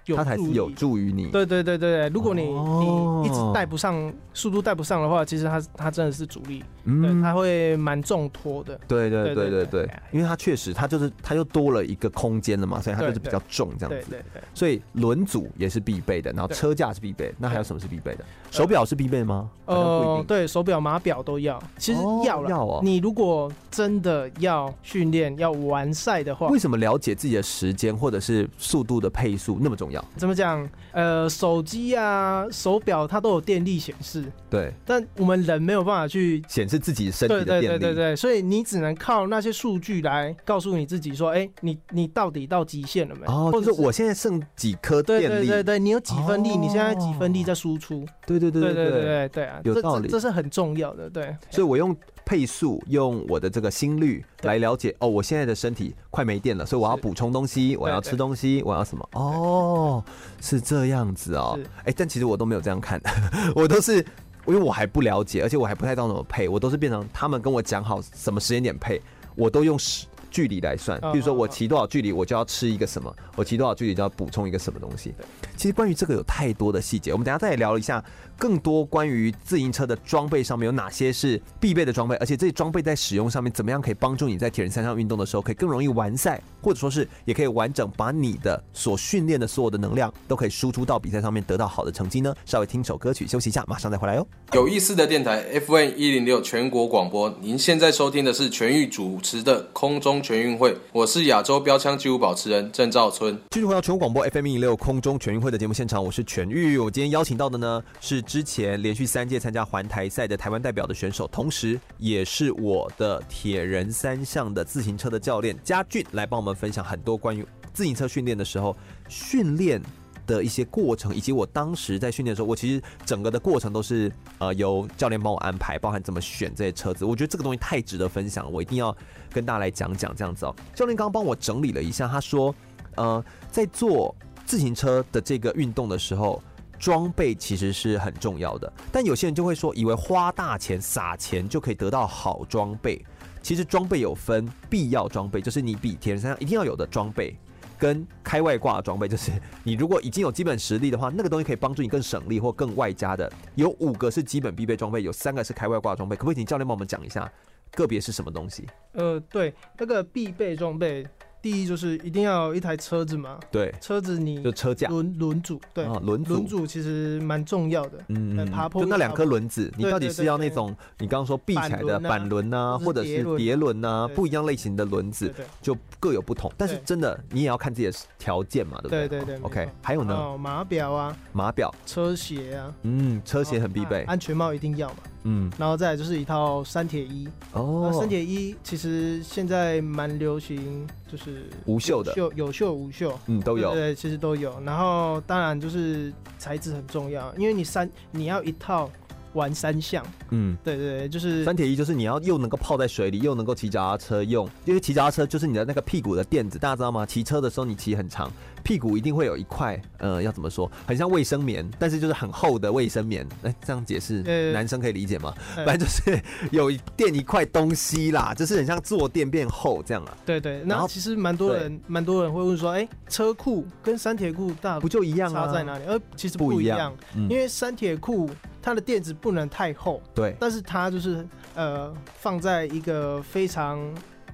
Speaker 3: 有
Speaker 2: 它才是
Speaker 3: 助力
Speaker 2: 有。助于你。
Speaker 3: 对对对对对，如果你、
Speaker 2: 哦
Speaker 3: 你一直带不上速度带不上的话，其实它它真的是阻力，对，
Speaker 2: 嗯
Speaker 3: 它会蛮重拖的。
Speaker 2: 对对对
Speaker 3: 对
Speaker 2: 对
Speaker 3: 对
Speaker 2: 对
Speaker 3: 对，
Speaker 2: 因为它确实它就是它又多了一个空间了嘛，所以它就是比
Speaker 3: 对对
Speaker 2: 较重这样
Speaker 3: 对
Speaker 2: 子。
Speaker 3: 对对，
Speaker 2: 所以轮组也是必备的，然后
Speaker 3: 对
Speaker 2: 车架是必备，那还有什么是必备的？手表是必备吗？好像不一
Speaker 3: 呃
Speaker 2: 定，
Speaker 3: 对手表、码表都要，其实
Speaker 2: 哦
Speaker 3: 要了。
Speaker 2: 要哦
Speaker 3: 你如果真的要训练、要完赛的话
Speaker 2: 为，什么了解自己的时间或者是速度的配速那么重要。
Speaker 3: 怎么讲？呃，手机啊、手表它都有电力显示，
Speaker 2: 对，
Speaker 3: 但我们人没有办法去。
Speaker 2: 显示自己身体
Speaker 3: 对
Speaker 2: 的
Speaker 3: 对
Speaker 2: 电
Speaker 3: 对
Speaker 2: 力。
Speaker 3: 对对，所以你只能靠那些数据来告诉你自己说，哎、你你到底到极限了没？
Speaker 2: 哦，
Speaker 3: 或
Speaker 2: 就
Speaker 3: 者
Speaker 2: 是我现在剩几颗电
Speaker 3: 对
Speaker 2: 力？
Speaker 3: 对对对，你有几分力？你现在几分力
Speaker 2: 哦
Speaker 3: 在输出？
Speaker 2: 对对对对
Speaker 3: 对对对对对啊，
Speaker 2: 有
Speaker 3: 这
Speaker 2: 道
Speaker 3: 这
Speaker 2: 理
Speaker 3: 这是很重要的，对。
Speaker 2: 所以我用配速，用我的这个心率
Speaker 3: 对
Speaker 2: 来了解哦，我现在的身体快没电了，所以我要
Speaker 3: 是
Speaker 2: 补充东西，我要
Speaker 3: 对
Speaker 2: 吃东西，我要什么？哦，是这样子哦
Speaker 3: 是。
Speaker 2: 哎，但其实我都没有这样看， 我都是。因为我还不了解，而且我还不太知道怎么配，我都是变成他们跟我讲好什么时间点配，我都用时距离来算。
Speaker 3: 嗯
Speaker 2: 比如说我
Speaker 3: 嗯嗯
Speaker 2: 骑多少距离，我就要吃一个什么；我骑多少距离就要补充一个什么东西。其实关于这个有太多的细节，我们等一下再来聊一下更多关于自行车的装备上面有哪些是必备的装备，而且这些装备在使用上面怎么样可以帮助你在铁人三项运动的时候可以更容易完赛，或者说是也可以完整把你的所训练的所有的能量都可以输出到比赛上面，得到好的成绩呢？稍微听首歌曲休息一下，马上再回来哦哟。
Speaker 5: 有意思的电台 FN 一零六全国广播，您现在收听的是全域主持的空中全运会，我是亚洲标枪纪录保持人郑兆春。
Speaker 2: 继续回到全国广播 FM 一六空中全运会的节目现场，我是全玉。我今天邀请到的呢是之前连续三届参加环台赛的台湾代表的选手，同时也是我的铁人三项的自行车的教练嘉俊，来帮我们分享很多关于自行车训练的时候训练。的一些过程，以及我当时在训练的时候，我其实整个的过程都是呃由教练帮我安排，包含怎么选这些车子。我觉得这个东西太值得分享了，我一定要跟大家来讲讲这样子哦。教练刚刚帮我整理了一下，他说，呃，在做自行车的这个运动的时候，呃装备其实是很重要的。但有些人就会说，以为花大钱撒钱就可以得到好装备。其实装备有分必要装备，就是你比铁人三项一定要有的装备，跟开外挂的装备，就是你如果已经有基本实力的话，那个东西可以帮助你更省力或更外加的。有五个是基本必备装备，有三个是开外挂的装备。可不可以请教练帮我们讲一下个别是什么东西？
Speaker 3: 呃，对，那个必备装备，第一就是一定要有一台车子嘛，
Speaker 2: 对，
Speaker 3: 车子你
Speaker 2: 就车架，
Speaker 3: 轮轮组，对，
Speaker 2: 啊，轮
Speaker 3: 轮
Speaker 2: 组。
Speaker 3: 组其实蛮重要的，
Speaker 2: 嗯
Speaker 3: 呃爬坡
Speaker 2: 就那
Speaker 3: 爬
Speaker 2: 两颗
Speaker 3: 坡
Speaker 2: 轮子，你
Speaker 3: 对
Speaker 2: 到底
Speaker 3: 对
Speaker 2: 是
Speaker 3: 对
Speaker 2: 要那
Speaker 3: 对
Speaker 2: 种你刚刚说闭起来的板
Speaker 3: 板啊
Speaker 2: 轮呐，或
Speaker 3: 或
Speaker 2: 者
Speaker 3: 者是
Speaker 2: 是
Speaker 3: 碟轮
Speaker 2: 碟轮呐，
Speaker 3: 对
Speaker 2: 不一样类型的轮
Speaker 3: 对
Speaker 2: 子
Speaker 3: 对。
Speaker 2: 就各有不同。但是
Speaker 3: 对
Speaker 2: 真的你也要看自己的条件嘛，对不对？
Speaker 3: 对对对没
Speaker 2: OK，
Speaker 3: 错
Speaker 2: 还有呢，
Speaker 3: 哦，马表啊，
Speaker 2: 码表，
Speaker 3: 车鞋啊，
Speaker 2: 嗯，车鞋
Speaker 3: 哦
Speaker 2: 很必
Speaker 3: 啊
Speaker 2: 备，
Speaker 3: 安全帽一定要嘛，
Speaker 2: 嗯，
Speaker 3: 然后再来就是一套三铁衣，那
Speaker 2: 哦
Speaker 3: 三，铁衣其实现在蛮流行，就是
Speaker 2: 无袖的
Speaker 3: 有袖有袖无袖。
Speaker 2: 嗯，都有
Speaker 3: 对，对，其实都有。然后当然就是材质很重要，因为你三你要一套玩三项，
Speaker 2: 嗯。
Speaker 3: 对对对，就是
Speaker 2: 三铁一就是你要又能够泡在水里，又能够骑脚踏车用，因为骑脚踏车就是你的那个屁股的垫子，大家知道吗？骑车的时候你骑很长，屁股一定会有一块，呃，要怎么说？很像卫生棉，但是就是很厚的卫生棉。哎、这样解释，
Speaker 3: 呃
Speaker 2: 男生可以理解吗？
Speaker 3: 呃
Speaker 2: 反正就是有一垫一块东西啦，就是很像坐垫变厚这样啊，
Speaker 3: 对对。
Speaker 2: 然
Speaker 3: 那
Speaker 2: 后
Speaker 3: 其实蛮多人蛮多人会问说，哎，车库跟三铁裤大
Speaker 2: 不就一样啊？
Speaker 3: 差在哪里？呃，其实
Speaker 2: 不
Speaker 3: 不
Speaker 2: 一
Speaker 3: 一
Speaker 2: 样
Speaker 3: 样，
Speaker 2: 嗯
Speaker 3: 因为三铁裤它的垫子不能太厚，
Speaker 2: 对，
Speaker 3: 但是它就是呃放在一个非常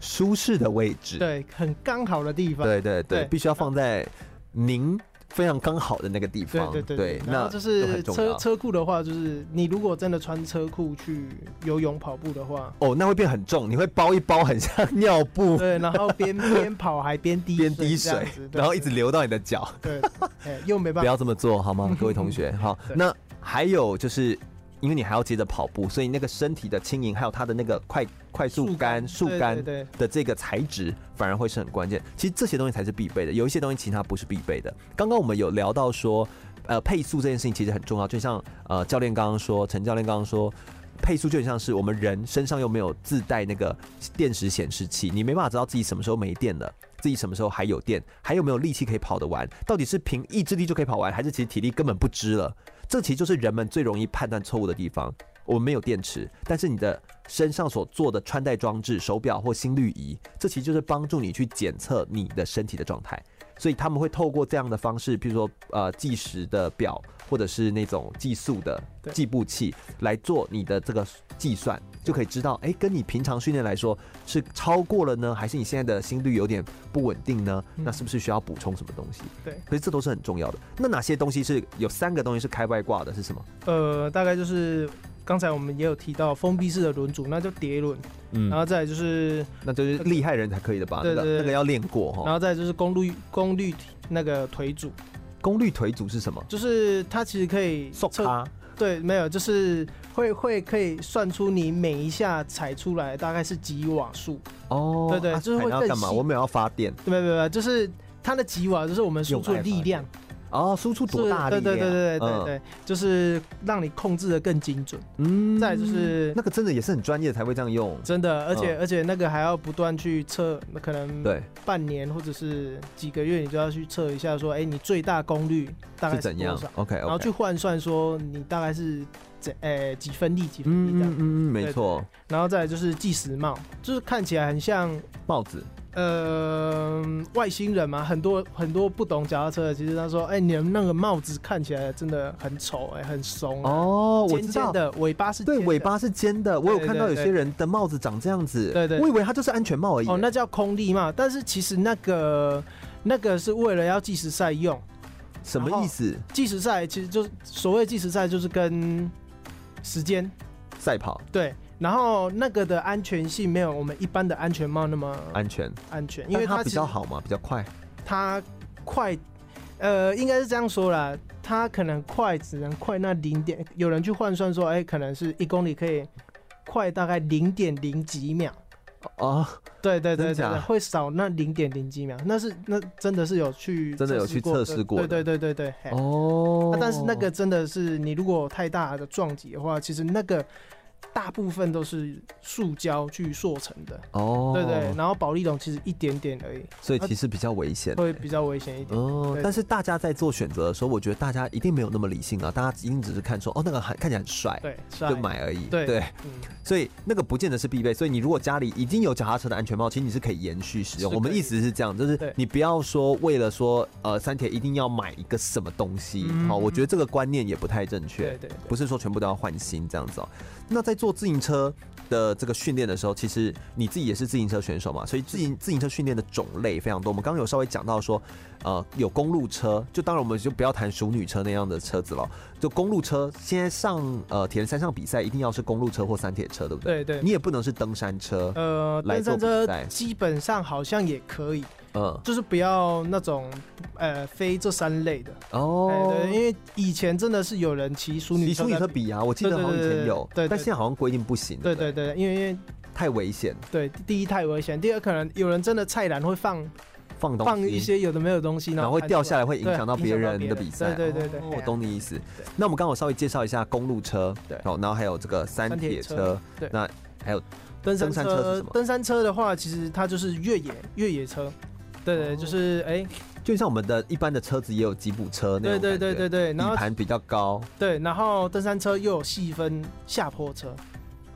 Speaker 2: 舒适的位置，
Speaker 3: 对很刚好的地方。
Speaker 2: 对对对
Speaker 3: 对
Speaker 2: 必须要放在您非常刚好的那个地方，
Speaker 3: 对对对，然
Speaker 2: 那
Speaker 3: 后就
Speaker 2: 都
Speaker 3: 是
Speaker 2: 很重
Speaker 3: 车
Speaker 2: 要
Speaker 3: 车库的话，就是你如果真的穿车库去游泳跑步的话，
Speaker 2: 哦，那会变很重，你会包一包，很像尿布，
Speaker 3: 对，然后边边跑还边滴
Speaker 2: 哦 边滴
Speaker 3: 这样
Speaker 2: 水
Speaker 3: 子，对
Speaker 2: 然后一直流到你的脚。
Speaker 3: 对，哎又没办
Speaker 2: 不
Speaker 3: 法，
Speaker 2: 要这么做好 吗，各位同学？好，
Speaker 3: 对
Speaker 2: 那还有就是。因为你还要接着跑步，所以那个身体的轻盈，还有它的那个快快速杆、树
Speaker 3: 对
Speaker 2: 干
Speaker 3: 对对
Speaker 2: 的这个材质，反而会是很关键。其实这些东西才是必备的，有一些东西其他不是必备的。刚刚我们有聊到说，呃，配速这件事情其实很重要，就像呃教练刚刚说，陈教练刚刚说。配速就很像是我们人身上又没有自带那个电池显示器，你没办法知道自己什么时候没电了，自己什么时候还有电，还有没有力气可以跑得完，到底是凭意志力就可以跑完，还是其实体力根本不支了？这其实就是人们最容易判断错误的地方。我们没有电池，但是你的身上所做的穿戴装置、手表或心率仪，这其实就是帮助你去检测你的身体的状态。所以他们会透过这样的方式，比如说呃计时的表，或者是那种计速的
Speaker 3: 对
Speaker 2: 计步器来做你的这个计算，就可以知道，哎，跟你平常训练来说是超过了呢，还是你现在的心率有点不稳定呢？
Speaker 3: 嗯
Speaker 2: 那是不是需要补充什么东西？
Speaker 3: 对
Speaker 2: 所以这都是很重要的。那哪些东西是有三个东西是开外挂的？是什么？
Speaker 3: 呃，大概就是刚才我们也有提到封闭式的轮组，那就碟轮，
Speaker 2: 嗯
Speaker 3: 然后再来就是，
Speaker 2: 那就是厉害人才可以的吧？
Speaker 3: 对
Speaker 2: 那个
Speaker 3: 对对
Speaker 2: 那个要练过哦
Speaker 3: 然
Speaker 2: 哈。
Speaker 3: 后再来就是功率功率那个腿组，
Speaker 2: 功率腿组是什么？
Speaker 3: 就是它其实可以
Speaker 2: 送
Speaker 3: 测
Speaker 2: 他
Speaker 3: 对，没有，就是会会可以算出你每一下踩出来大概是几瓦数。
Speaker 2: 哦，
Speaker 3: 对对
Speaker 2: 啊
Speaker 3: 就是会
Speaker 2: 踩到
Speaker 3: 更
Speaker 2: 干嘛？
Speaker 3: 细
Speaker 2: 我们也要发电
Speaker 3: 对，没有没有没有，就是它的几瓦就是我们输出的力量，
Speaker 2: 哦，输出多
Speaker 3: 是
Speaker 2: 大力
Speaker 3: 对
Speaker 2: 量？
Speaker 3: 对对对对对
Speaker 2: 嗯
Speaker 3: 对，就是让你控制的更精准。
Speaker 2: 嗯
Speaker 3: 再来就是
Speaker 2: 那个真的也是很专业才会这样用，
Speaker 3: 真的，而且、而且那个还要不断去测，那可能
Speaker 2: 对，
Speaker 3: 半年或者是几个月，你就要去测一下说，哎、你最大功率大概
Speaker 2: 是怎
Speaker 3: 多
Speaker 2: 样
Speaker 3: 少，
Speaker 2: ？OK，
Speaker 3: 然后去换算说你大概是怎呃、几分力几分力
Speaker 2: 嗯
Speaker 3: 这
Speaker 2: 嗯
Speaker 3: 样，
Speaker 2: 嗯，没
Speaker 3: 对
Speaker 2: 错，
Speaker 3: 然后再来就是计时帽，就是看起来很像
Speaker 2: 帽子
Speaker 3: 呃外星人嘛，很多很多不懂脚踏车的，其实他说，哎、你们那个帽子看起来真的很丑，哎、很怂、啊，
Speaker 2: 哦，我
Speaker 3: 尖
Speaker 2: 知
Speaker 3: 尖
Speaker 2: 道。
Speaker 3: 的，尾巴是
Speaker 2: 对，
Speaker 3: 尖的
Speaker 2: 尾，巴是尖的，我有
Speaker 3: 对
Speaker 2: 看到有
Speaker 3: 对
Speaker 2: 些
Speaker 3: 对
Speaker 2: 人的帽子长这样子，
Speaker 3: 对对
Speaker 2: 我以为它就是安全帽而已。
Speaker 3: 哦，那叫空力帽，但是其实那个那个是为了要计时赛用，
Speaker 2: 什么
Speaker 3: 然后
Speaker 2: 意思？
Speaker 3: 计时赛其实就是所谓计时赛就是跟时间
Speaker 2: 赛跑
Speaker 3: 对。然后那个的安全性没有我们一般的安全帽那么
Speaker 2: 安全，
Speaker 3: 安全，因为
Speaker 2: 哎但它
Speaker 3: 它
Speaker 2: 比
Speaker 3: 其实
Speaker 2: 较好嘛，比较快。
Speaker 3: 它快，呃，应该是这样说啦，它可能快只能快那零点，有人去换算说，哎、可能是一公里可以快大概零点零几秒，
Speaker 2: 哦，
Speaker 3: 对对
Speaker 2: 真
Speaker 3: 对对
Speaker 2: 假
Speaker 3: 对，会少那零点零几秒，那是那真的是有去
Speaker 2: 真的有去测试过的
Speaker 3: 对对对对对，嘿
Speaker 2: 哦
Speaker 3: 啊，但是那个真的是你如果太大的撞击的话，其实那个大部分都是塑胶去塑成的，
Speaker 2: 哦，
Speaker 3: 对对，，然后保利龙其实一点点而已，
Speaker 2: 所以其实比较危险。
Speaker 3: 会比较危险一点。
Speaker 2: 哦，
Speaker 3: 对
Speaker 2: 但是大家在做选择的时候，我觉得大家一定没有那么理性啊，大家一定只是看说，哦，那个很看起来很帅，
Speaker 3: 对，是啊
Speaker 2: 就，买而已。
Speaker 3: 对，嗯，
Speaker 2: 所以那个不见得是必备。所以你如果家里已经有脚踏车的安全帽，其实你是可以延续使用。
Speaker 3: 是可以
Speaker 2: 我们意思是这样，就是
Speaker 3: 对
Speaker 2: 你不要说为了说呃三铁一定要买一个什么东西，好、
Speaker 3: 嗯
Speaker 2: 我觉得这个观念也不太正确。
Speaker 3: 对对对
Speaker 2: 不是说全部都要换新这样子哦、那在做自行车的这个训练的时候，其实你自己也是自行车选手嘛，所以自行自行车训练的种类非常多。我们刚刚有稍微讲到说，呃，有公路车，就当然我们就不要谈熟女车那样的车子了，就公路车。现在上呃铁人三项比赛一定要是公路车或三铁车，对不对？
Speaker 3: 对对
Speaker 2: 你。也不能是登山车，
Speaker 3: 呃，
Speaker 2: 来
Speaker 3: 登山
Speaker 2: 做比
Speaker 3: 车
Speaker 2: 赛
Speaker 3: 基本上好像也可以，
Speaker 2: 嗯，
Speaker 3: 就是不要那种呃非这三类的。哎
Speaker 2: 哦，
Speaker 3: 对，因为以前真的是有人骑淑
Speaker 2: 你
Speaker 3: 女车
Speaker 2: 淑
Speaker 3: 在，
Speaker 2: 女车比啊，我记得好像以前有，
Speaker 3: 对对对对对对
Speaker 2: 但现在好像规定不行，
Speaker 3: 对
Speaker 2: 不
Speaker 3: 对对，因为因为
Speaker 2: 太危险，
Speaker 3: 对，第一太危险，第二可能有人真的菜篮会放
Speaker 2: 放东西
Speaker 3: 放一些有的没有的东西，
Speaker 2: 然
Speaker 3: 然
Speaker 2: 后会
Speaker 3: 弹
Speaker 2: 掉
Speaker 3: 出
Speaker 2: 下
Speaker 3: 来
Speaker 2: 来，会影
Speaker 3: 对
Speaker 2: 响到
Speaker 3: 影
Speaker 2: 别
Speaker 3: 响到
Speaker 2: 人
Speaker 3: 别
Speaker 2: 的
Speaker 3: 人
Speaker 2: 比赛。
Speaker 3: 对对对对
Speaker 2: 哦
Speaker 3: 嘿
Speaker 2: 我
Speaker 3: 啊
Speaker 2: 懂你意思
Speaker 3: 对。
Speaker 2: 那我们刚好稍微介绍一下公路车，
Speaker 3: 对
Speaker 2: 哦，然后还有这个三
Speaker 3: 三
Speaker 2: 铁
Speaker 3: 铁车
Speaker 2: 车，
Speaker 3: 对
Speaker 2: 那还有
Speaker 3: 登
Speaker 2: 登
Speaker 3: 山
Speaker 2: 山车是什么
Speaker 3: 登山车的话，其实它就是越野越野车。对
Speaker 2: 哦
Speaker 3: 对，就是哎，
Speaker 2: 就像我们的一般的车子也有吉普车那
Speaker 3: 对
Speaker 2: 种
Speaker 3: 对对
Speaker 2: 对，
Speaker 3: 对对，然
Speaker 2: 底
Speaker 3: 后
Speaker 2: 盘比较高
Speaker 3: 对，然后登山车又有细分下坡车，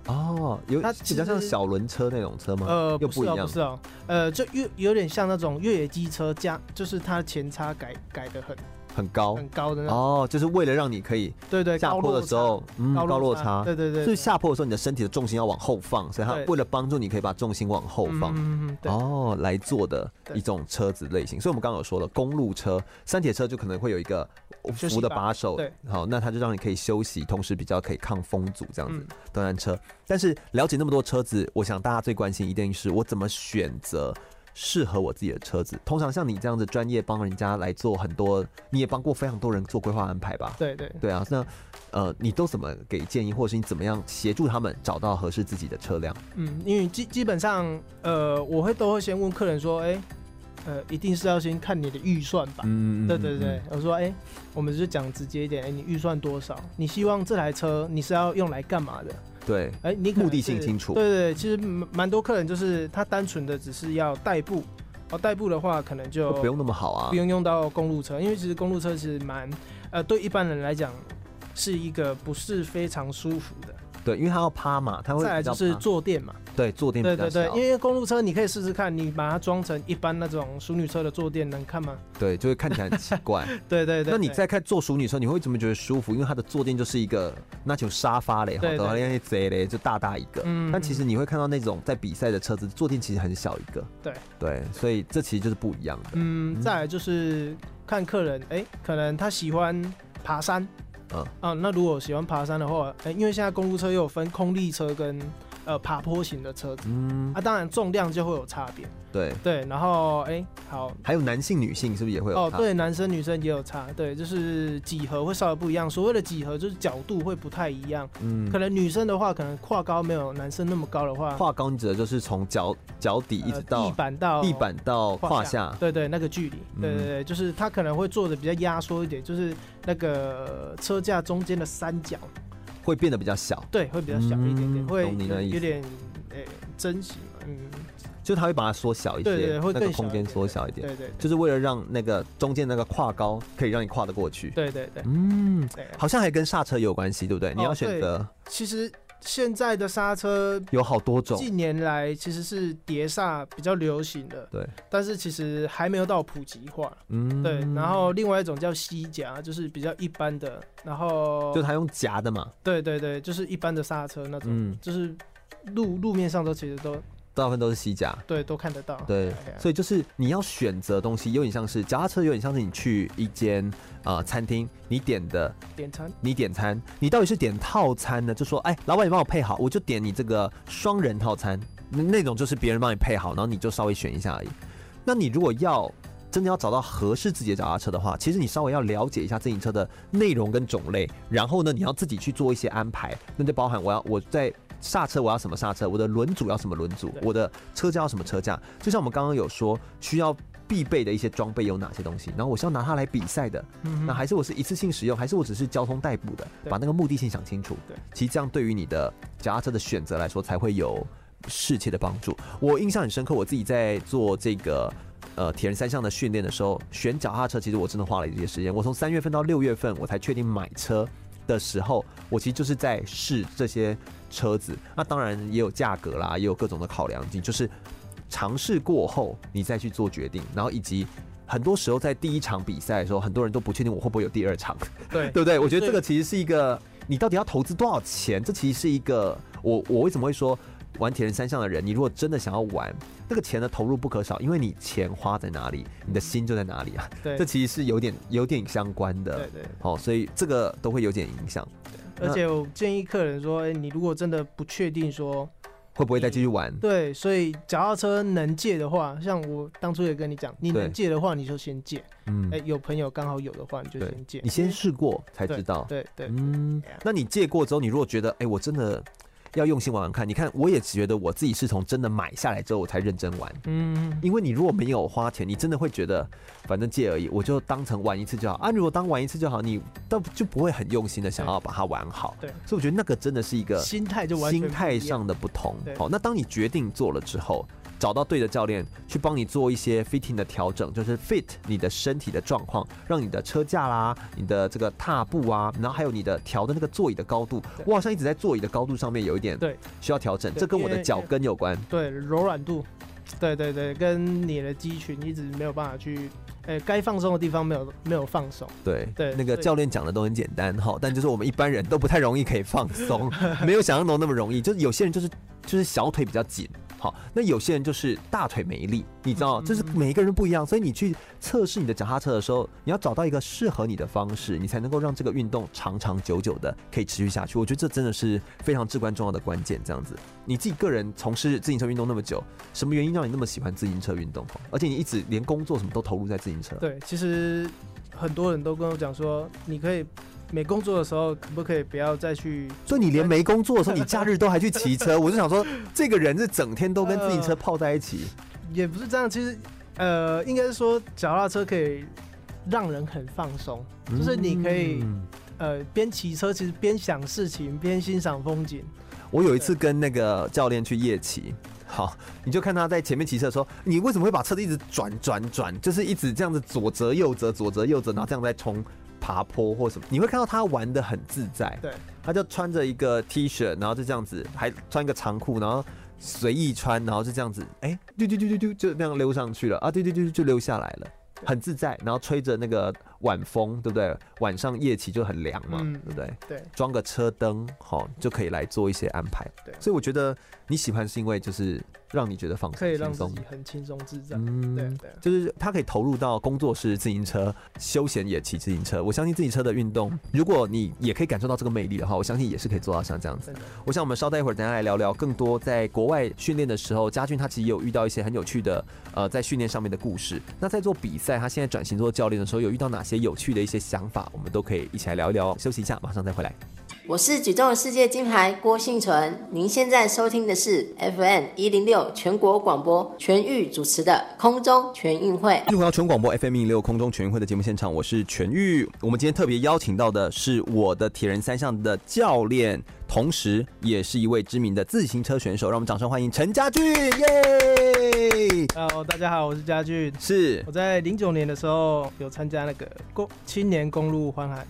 Speaker 2: 哦，有
Speaker 3: 它
Speaker 2: 比较像
Speaker 3: 其实
Speaker 2: 小轮车那种车吗？
Speaker 3: 呃，
Speaker 2: 又
Speaker 3: 不
Speaker 2: 不
Speaker 3: 是
Speaker 2: 一
Speaker 3: 哦，
Speaker 2: 样
Speaker 3: 不是哦，呃，就越有点像那种越野机车加，就是它前叉改改的很
Speaker 2: 很高
Speaker 3: 很高的那种，
Speaker 2: 哦，就是为了让你可以
Speaker 3: 对对，
Speaker 2: 下
Speaker 3: 高
Speaker 2: 坡
Speaker 3: 落
Speaker 2: 的时
Speaker 3: 差
Speaker 2: 候，嗯，高落差。
Speaker 3: 对对对，
Speaker 2: 所以下坡的时候，你的身体的重心要往后放，所以它
Speaker 3: 对
Speaker 2: 为了帮助你可以把重心往后
Speaker 3: 嗯
Speaker 2: 放。
Speaker 3: 嗯嗯嗯，对，
Speaker 2: 哦，来做的
Speaker 3: 对
Speaker 2: 一种车子类型。所以我们刚刚有说了，公路车、山铁车就可能会有一个
Speaker 3: 休息
Speaker 2: 扶的
Speaker 3: 吧
Speaker 2: 把手，
Speaker 3: 对，
Speaker 2: 好，那它就让你可以休息，同时比较可以抗风阻这样子
Speaker 3: 嗯。
Speaker 2: 登山车，但是了解那么多车子，我想大家最关心一定是我怎么选择。适合我自己的车子，通常像你这样子专业帮人家来做很多，你也帮过非常多人做规划安排吧？
Speaker 3: 对对。
Speaker 2: 对啊，那呃，你都怎么给建议，或者是你怎么样协助他们找到合适自己的车辆？
Speaker 3: 嗯，因为基基本上，呃，我会都会先问客人说，哎、呃，一定是要先看你的预算吧。
Speaker 2: 嗯
Speaker 3: 对对对，，我说，哎、我们就讲直接一点，哎、你预算多少？你希望这台车你是要用来干嘛的？
Speaker 2: 对，
Speaker 3: 哎、你可能
Speaker 2: 目的
Speaker 3: 是
Speaker 2: 性清楚
Speaker 3: 对对对，其实蛮蛮多客人就是他单纯的只是要代步，哦，代步的话可能就
Speaker 2: 就不用那么好啊
Speaker 3: 不。用用到公路车，因为其实公路车其实蛮，呃，对一般人来讲是一个不是非常舒服的。
Speaker 2: 对，因为它要趴嘛，它会
Speaker 3: 再来
Speaker 2: 比较
Speaker 3: 就是
Speaker 2: 趴
Speaker 3: 坐垫嘛。
Speaker 2: 对坐垫
Speaker 3: 对
Speaker 2: 比较
Speaker 3: 对
Speaker 2: 小，
Speaker 3: 对，因为公路车你可以试试看，你把它装成一般那种淑女车的坐垫，能看吗？
Speaker 2: 对就会看起来很奇怪。
Speaker 3: 对对对
Speaker 2: 那你在看坐熟女的时候，你会怎么觉得舒服？因为它的坐垫就是一个那种沙发嘞，好
Speaker 3: 对
Speaker 2: 的，
Speaker 3: 对
Speaker 2: 那些贼嘞就大大一个。
Speaker 3: 嗯
Speaker 2: 但其实你会看到那种在比赛的车子坐垫其实很小一个。
Speaker 3: 对
Speaker 2: 对，所以这其实就是不一样的。
Speaker 3: 嗯，再来就是看客人，哎、可能他喜欢爬山，
Speaker 2: 嗯
Speaker 3: 啊，那如果喜欢爬山的话，哎、因为现在公路车又有分空力车跟呃爬坡型的车子
Speaker 2: 嗯，
Speaker 3: 啊，当然重量就会有差别。
Speaker 2: 对。
Speaker 3: 对，然后哎、好
Speaker 2: 还有男性、女性是不是也会有？
Speaker 3: 哦，，对，男生女生也有差，对，就是几何会稍微不一样。所谓的几何就是角度会不太一样，
Speaker 2: 嗯
Speaker 3: 可，能女生的话，可能跨高没有男生那么高的话，
Speaker 2: 跨高你指的就是从脚脚底一直
Speaker 3: 呃
Speaker 2: 到
Speaker 3: 地板到
Speaker 2: 地板到胯下，
Speaker 3: 对对，那个距离，对对
Speaker 2: 嗯
Speaker 3: 对，就是它可能会做的比较压缩一点，就是那个车架中间的三角，
Speaker 2: 会变得比较小，
Speaker 3: 对，会比较小一点点，
Speaker 2: 嗯
Speaker 3: 会
Speaker 2: 懂你那意思
Speaker 3: 有点诶珍惜嘛，嗯，
Speaker 2: 就它会把它缩小一些，
Speaker 3: 对对对会
Speaker 2: 那
Speaker 3: 更
Speaker 2: 个
Speaker 3: 小
Speaker 2: 空间
Speaker 3: 一点
Speaker 2: 缩小一点，
Speaker 3: 对对
Speaker 2: 就是为了让那个中间那个跨高可以让你跨得过去。
Speaker 3: 对对对
Speaker 2: 嗯，
Speaker 3: 对。
Speaker 2: 好像还跟刹车有关系，对不对？你要选择
Speaker 3: 其实现在的刹车
Speaker 2: 有好多种，
Speaker 3: 近年来其实是碟刹比较流行的，
Speaker 2: 对，
Speaker 3: 但是其实还没有到普及化，
Speaker 2: 嗯，
Speaker 3: 对。然后另外一种叫吸夹，就是比较一般的，然后
Speaker 2: 就它用夹的嘛，
Speaker 3: 对对对，就是一般的刹车那种，
Speaker 2: 嗯
Speaker 3: 就是路路面上都其实都
Speaker 2: 大部分都是吸夹。
Speaker 3: 对都看得到。
Speaker 2: 对
Speaker 3: 哎呀，
Speaker 2: 所以就是你要选择东西，有点像是脚踏车，有点像是你去一间呃餐厅，你点的
Speaker 3: 点餐
Speaker 2: 你点餐，你到底是点套餐呢？就说，哎，老板你帮我配好，我就点你这个双人套餐，那那种就是别人帮你配好，然后你就稍微选一下而已。那你如果要真的要找到合适自己的脚踏车的话，其实你稍微要了解一下自行车的内容跟种类，然后呢，你要自己去做一些安排，那就包含我要我在。刹车我要什么刹车，我的轮组要什么轮组
Speaker 3: 对，
Speaker 2: 我的车架要什么车架。就像我们刚刚有说，需要必备的一些装备有哪些东西，然后我是要拿它来比赛的，那还是我是一次性使用，还是我只是交通代步的？
Speaker 3: 嗯对
Speaker 2: 把那个目的性想清楚。
Speaker 3: 对，
Speaker 2: 其实这样对于你的脚踏车的选择来说，才会有适切的帮助。我印象很深刻，我自己在做这个。呃，铁人三项的训练的时候，选脚踏车，其实我真的花了一些时间。我从三月份到六月份，我才确定买车的时候，我其实就是在试这些车子。那当然也有价格啦，也有各种的考量，你就是尝试过后，你再去做决定。然后以及很多时候在第一场比赛的时候，很多人都不确定我会不会有第二场，
Speaker 3: 对
Speaker 2: 对不对？我觉得
Speaker 3: 对
Speaker 2: 这个其实是一个，你到底要投资多少钱？这其实是一个，我我为什么会说玩铁人三项的人，你如果真的想要玩，那个钱的投入不可少，因为你钱花在哪里，你的心就在哪里啊。
Speaker 3: 对
Speaker 2: 这其实是有点有点相关
Speaker 3: 对
Speaker 2: 的。
Speaker 3: 对，
Speaker 2: 哦，所以这个都会有点影响，那
Speaker 3: 而且我建议客人说，哎、你如果真的不确定说，
Speaker 2: 会不会再继续玩？
Speaker 3: 对，所以脚踏车能借的话，像我当初也跟你讲，你
Speaker 2: 对
Speaker 3: 能借的话你就先借，
Speaker 2: 嗯
Speaker 3: 哎、，有朋友刚好有的话你就
Speaker 2: 对
Speaker 3: 先借，
Speaker 2: 你先试过才
Speaker 3: 对
Speaker 2: 知道。
Speaker 3: 对对，
Speaker 2: 嗯
Speaker 3: 对啊，
Speaker 2: 那你借过之后，你如果觉得，哎、我真的要用心玩玩看，你看，我也觉得我自己是从真的买下来之后，我才认真玩。
Speaker 3: 嗯，
Speaker 2: 因为你如果没有花钱，你真的会觉得反正借而已，我就当成玩一次就好啊。如果当玩一次就好，你倒就不会很用心的想要把它玩好。
Speaker 3: 对
Speaker 2: 所以我觉得那个真的是一个
Speaker 3: 心态就完全
Speaker 2: 心态
Speaker 3: 不一样
Speaker 2: 上的不同
Speaker 3: 对。
Speaker 2: 好，那当你决定做了之后，找到对的教练去帮你做一些 fitting 的调整，就是 fit 你的身体的状况，让你的车架啦、你的这个踏步啊，然后还有你的调的那个座椅的高度。
Speaker 3: 对
Speaker 2: 我好像一直在座椅的高度上面有一点
Speaker 3: 对
Speaker 2: 需要调整，
Speaker 3: 对
Speaker 2: 这跟我
Speaker 3: 因
Speaker 2: 的
Speaker 3: 为
Speaker 2: 脚跟有关。
Speaker 3: 对柔软度，对对对，跟你的肌群一直没有办法去，哎、该放松的地方没有没有放松，
Speaker 2: 对
Speaker 3: 对
Speaker 2: 那个
Speaker 3: 所以
Speaker 2: 教练讲的都很简单哈，但就是我们一般人都不太容易可以放 松，没有想象中那么容易。就是有些人就是就是小腿比较紧，好，那有些人就是大腿没力，你知道，
Speaker 3: 嗯
Speaker 2: 就是每一个人不一样，所以你去测试你的脚踏车的时候，你要找到一个适合你的方式，你才能够让这个运动长长久久的可以持续下去。我觉得这真的是非常至关重要的关键。这样子，你自己个人从事自行车运动那么久，什么原因让你那么喜欢自行车运动？而且你一直连工作什么都投入在自行车，
Speaker 3: 对，其实很多人都跟我讲说，你可以没工作的时候，可不可以不要再去？
Speaker 2: 所以你连没工作的时候，你假日都还去骑 车，我就想说，这个人是整天都跟自行
Speaker 3: 呃
Speaker 2: 车泡在一起，
Speaker 3: 也不是这样，其实呃，应该是说脚踏车可以让人很放松，就是你可以
Speaker 2: 嗯
Speaker 3: 呃边骑车，其实边想事情，边欣赏风景。
Speaker 2: 我有一次跟那个教练去夜骑，好，你就看他在前面骑车的时候，你为什么会把车子一直转转转，就是一直这样子左折右折左折右折，然后这样在冲爬坡或什么，你会看到他玩的很自在，
Speaker 3: 对，
Speaker 2: 他就穿着一个 T 恤，然后就这样子，还穿一个长裤，然后随意穿，然后就这样子，哎、丢丢丢丢丢，就那样溜上去了啊，丢丢丢就溜下来了。很自在，然后吹着那个晚风，对不对？晚上夜骑就很凉嘛，
Speaker 3: 嗯
Speaker 2: 对不对？
Speaker 3: 对，
Speaker 2: 装个车灯，好、就可以来做一些安排。
Speaker 3: 对
Speaker 2: 所以我觉得你喜欢是因为就是让你觉得放
Speaker 3: 可以
Speaker 2: 松轻
Speaker 3: 让自
Speaker 2: 松
Speaker 3: 己。很轻松自在。
Speaker 2: 嗯
Speaker 3: 对啊对
Speaker 2: 就是他可以投入到工作室自行车，休闲也骑自行车。我相信自行车的运动，如果你也可以感受到这个魅力的话，我相信也是可以做到像这样子
Speaker 3: 真的。
Speaker 2: 我想我们稍待一会儿，等一下来聊聊更多在国外训练的时候，家俊他其实也有遇到一些很有趣的呃在训练上面的故事。那在做比赛，他现在转型做教练的时候，有遇到哪些有趣的一些想法？我们都可以一起来聊一聊。休息一下，马上再回来。
Speaker 6: 我是举重世界金牌郭幸存，您现在收听的是 FM 一零六全国广播全域主持的空中全运会。
Speaker 2: 欢迎回到全广播 FM 一六空中全运会的节目现场，我是全玉。我们今天特别邀请到的是我的铁人三项的教练，同时也是一位知名的自行车选手，让我们掌声欢迎陈家俊，耶！
Speaker 3: ，Hello，大家好，我是家俊。
Speaker 2: 是
Speaker 3: 我在零九年的时候有参加那个公青年公路环海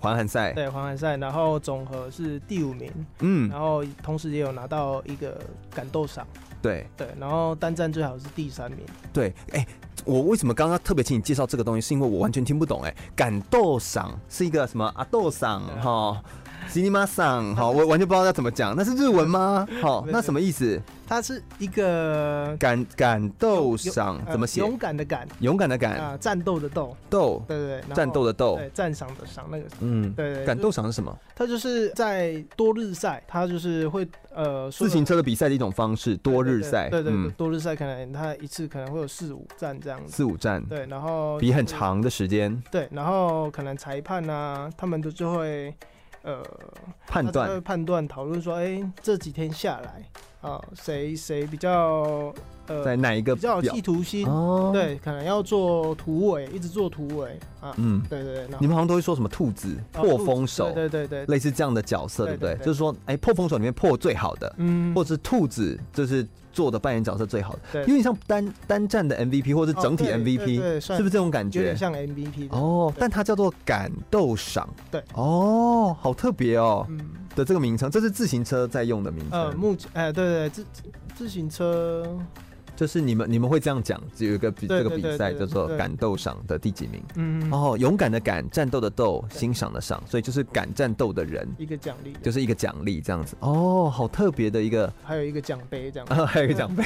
Speaker 2: 环韩赛，
Speaker 3: 对环海赛，然后总和是第五名，
Speaker 2: 嗯，
Speaker 3: 然后同时也有拿到一个感动赏，
Speaker 2: 对
Speaker 3: 对，然后单站最好是第三名。
Speaker 2: 对，哎、我为什么刚刚特别请你介绍这个东西，是因为我完全听不懂、哎，感豆赏是一个什么啊？豆赏哈，cinema 赏哈，我完全不知道要怎么讲，那是日文吗？好，那什么意思？
Speaker 3: 它是一个
Speaker 2: 感感豆赏
Speaker 3: 呃
Speaker 2: 嗯怎么写？
Speaker 3: 勇敢的敢
Speaker 2: 勇敢的敢。
Speaker 3: 啊，战斗的斗，
Speaker 2: 斗，
Speaker 3: 对对对，然后
Speaker 2: 战斗的斗，
Speaker 3: 对，赞赏的赏那个，
Speaker 2: 嗯，
Speaker 3: 对对，
Speaker 2: 敢
Speaker 3: 就
Speaker 2: 斗赏是什么？
Speaker 3: 它就是在多日赛，它就是会呃，说
Speaker 2: 自行车的比赛的一种方式，多日赛，
Speaker 3: 对对对，
Speaker 2: 嗯，
Speaker 3: 多日赛可能它一次可能会有四五站这样子，
Speaker 2: 四五站，
Speaker 3: 对，然后
Speaker 2: 比很
Speaker 3: 就是
Speaker 2: 长的时间
Speaker 3: 对，然后可能裁判啊，他们都就会呃
Speaker 2: 判
Speaker 3: 他就会
Speaker 2: 断，
Speaker 3: 判断讨论说，哎、这几天下来啊，谁、谁比较呃
Speaker 2: 在哪一个
Speaker 3: 比较有
Speaker 2: 表
Speaker 3: 企图心，
Speaker 2: 哦，，
Speaker 3: 对，可能要做突围，一直做突围啊，
Speaker 2: 嗯，
Speaker 3: 对对对，然
Speaker 2: 你
Speaker 3: 后
Speaker 2: 们好像都会说什么兔子、
Speaker 3: 啊
Speaker 2: 破
Speaker 3: 兔子
Speaker 2: 风手，
Speaker 3: 对对对对，
Speaker 2: 类似这样的角色，对不
Speaker 3: 对
Speaker 2: 对？
Speaker 3: 对对
Speaker 2: 就是说，哎，破风手里面破最好的，
Speaker 3: 嗯
Speaker 2: 或者是兔子，就是做的扮演角色最好的，
Speaker 3: 对
Speaker 2: 有点像单单站的 MVP 或者
Speaker 3: 哦
Speaker 2: 整体
Speaker 3: 对对
Speaker 2: MVP，是
Speaker 3: 对算
Speaker 2: 不是这种感
Speaker 3: 有
Speaker 2: 觉
Speaker 3: 点？像 MVP 的，
Speaker 2: 哦，
Speaker 3: 对
Speaker 2: 但它叫做感斗赏，
Speaker 3: 对，
Speaker 2: 哦，好特别哦，
Speaker 3: 嗯。
Speaker 2: 的这个名称，这是自行车在用的名称。
Speaker 3: 呃，目前哎、对对，自自自行车，
Speaker 2: 就是你们你们会这样讲，有一个比
Speaker 3: 对
Speaker 2: 这个
Speaker 3: 对
Speaker 2: 比赛
Speaker 3: 对对
Speaker 2: 叫做“
Speaker 3: 对
Speaker 2: 敢斗赏”的第几名？
Speaker 3: 嗯，
Speaker 2: 哦，勇敢的敢，战斗的斗，欣赏的赏，所以就是敢战斗的人，
Speaker 3: 一个奖励，
Speaker 2: 就是一个奖励这样子。哦，好特别的一个，
Speaker 3: 还有一个奖杯这样。
Speaker 2: 啊， 还有一个奖杯。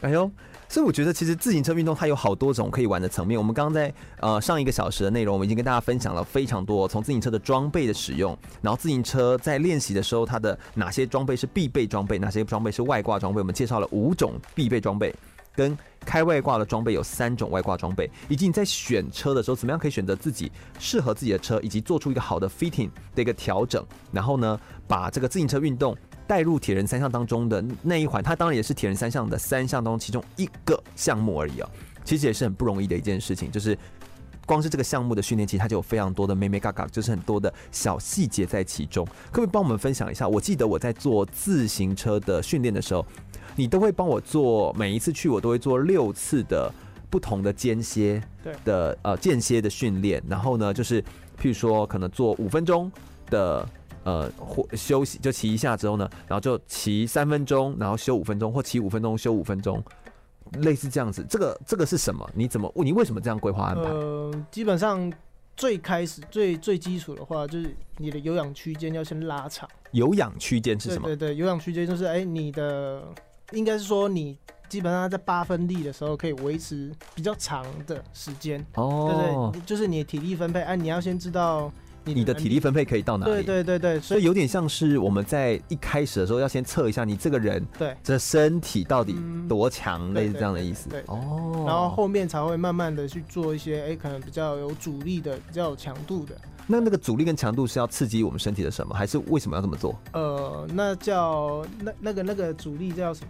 Speaker 2: 哎呦，所以我觉得其实自行车运动它有好多种可以玩的层面。我们刚刚在呃上一个小时的内容，我们已经跟大家分享了非常多，从自行车的装备的使用，然后自行车在练习的时候，它的哪些装备是必备装备，哪些装备是外挂装备，我们介绍了五种必备装备跟。开外挂的装备有三种外挂装备，以及你在选车的时候，怎么样可以选择自己适合自己的车，以及做出一个好的 fitting 的一个调整，然后呢，把这个自行车运动带入铁人三项当中的那一环，它当然也是铁人三项的三项当中其中一个项目而已哦。其实也是很不容易的一件事情，就是光是这个项目的训练，其实它就有非常多的妹妹嘎嘎，就是很多的小细节在其中。可不可以帮我们分享一下？我记得我在做自行车的训练的时候，你都会帮我做，每一次去我都会做六次的不同的间歇
Speaker 3: 对
Speaker 2: 的呃间歇的训练，然后呢，就是譬如说可能做五分钟的。呃，或休息就骑一下之后呢，然后就骑三分钟，然后休五分钟，或骑五分钟休五分钟，类似这样子。这个这个是什么？你怎么你为什么这样规划安排？
Speaker 3: 呃，基本上最开始最最基础的话，就是你的有氧区间要先拉长。
Speaker 2: 有氧区间是
Speaker 3: 对
Speaker 2: 什么？
Speaker 3: 对对，有氧区间就是哎、你的应该是说你基本上在八分力的时候可以维持比较长的时间，
Speaker 2: 哦
Speaker 3: 对，对，就是你的体力分配，哎、你要先知道你
Speaker 2: 你的
Speaker 3: 能
Speaker 2: 体
Speaker 3: 力
Speaker 2: 力分配可以到哪里？
Speaker 3: 对对对对，所
Speaker 2: 所以
Speaker 3: 以
Speaker 2: 有点像是我们在一开始的时候要先测一下你这个人
Speaker 3: 对
Speaker 2: 这身体到底
Speaker 3: 嗯
Speaker 2: 多强，
Speaker 3: 对
Speaker 2: 类似这样的意思
Speaker 3: 对。对对
Speaker 2: 哦，
Speaker 3: 然后后面才会慢慢的去做一些哎、可能比较有阻力的、比较有强度的。
Speaker 2: 那那个阻力跟强度是要刺激我们身体的什么，还是为什么要这么做？
Speaker 3: 呃，那叫那那个那个阻力叫什么？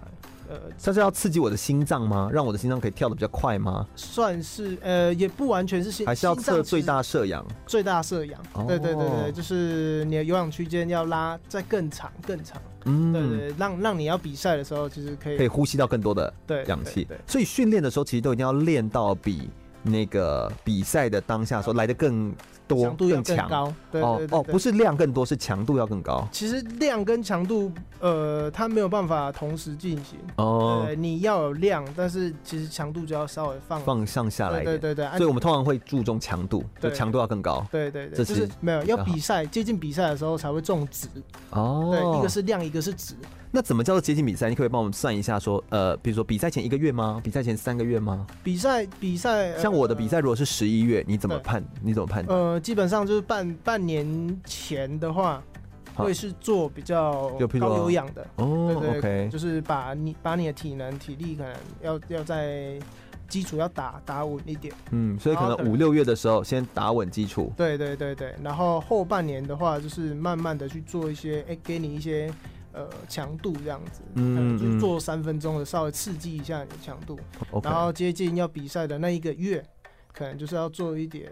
Speaker 3: 呃，
Speaker 2: 它是要刺激我的心脏吗？让我的心脏可以跳得比较快吗？
Speaker 3: 算是呃，也不完全是心，
Speaker 2: 还是要
Speaker 3: 心脏
Speaker 2: 测最
Speaker 3: 其实
Speaker 2: 大摄氧？
Speaker 3: 最大摄氧。
Speaker 2: 哦
Speaker 3: 对对对对，就是你的有氧区间要拉再更长更长。对对
Speaker 2: 嗯，
Speaker 3: 对，让让你要比赛的时候，其实可以
Speaker 2: 可以呼吸到更多的
Speaker 3: 对
Speaker 2: 氧气
Speaker 3: 对对。
Speaker 2: 所以训练的时候，其实都一定要练到比那个比赛的当下的时候来得更多、
Speaker 3: 强度要更
Speaker 2: 强。
Speaker 3: 高。对
Speaker 2: 哦
Speaker 3: 对对
Speaker 2: 哦，
Speaker 3: 对
Speaker 2: 不是量更多，是强度要更高。
Speaker 3: 其实量跟强度，呃，它没有办法同时进行。
Speaker 2: 哦，
Speaker 3: 对，你要有量，但是其实强度就要稍微放
Speaker 2: 放上下来一
Speaker 3: 对
Speaker 2: 点。
Speaker 3: 对对对，啊
Speaker 2: 所以我们通常会注重强度，就
Speaker 3: 对
Speaker 2: 强度要更高。
Speaker 3: 对对
Speaker 2: 这
Speaker 3: 对，
Speaker 2: 是
Speaker 3: 就是没有
Speaker 2: 比
Speaker 3: 要
Speaker 2: 较好
Speaker 3: 比赛，接近比赛的时候才会种植。对，一
Speaker 2: 哦
Speaker 3: 个，是量，一个是值。
Speaker 2: 那怎么叫做接近比赛？你可不可以帮我们算一下说，呃，比如说比赛前一个月吗？比赛前三个月吗？
Speaker 3: 比赛比赛，呃
Speaker 2: 像我的比赛如果是十一月，你怎么
Speaker 3: 对
Speaker 2: 判？你怎么判？
Speaker 3: 呃，基本上就是半半年前的话，
Speaker 2: 好
Speaker 3: 会是做比较
Speaker 2: 就譬如
Speaker 3: 高
Speaker 2: 说
Speaker 3: 有氧的，
Speaker 2: 哦
Speaker 3: 对对
Speaker 2: ，OK，
Speaker 3: 就是把你把你的体能、体力可能要要在基础要打打稳一点。
Speaker 2: 嗯，所以可
Speaker 3: 然后可
Speaker 2: 能
Speaker 3: 能
Speaker 2: 五六月的时候先打稳基础，
Speaker 3: 对对对对，然后后半年的话，就是慢慢的去做一些，哎、给你一些呃强度这样子，
Speaker 2: 嗯
Speaker 3: 可能就
Speaker 2: 嗯
Speaker 3: 是做三分钟的，稍微刺激一下你的强度。
Speaker 2: OK，
Speaker 3: 然后接近要比赛的那一个月，可能就是要做一点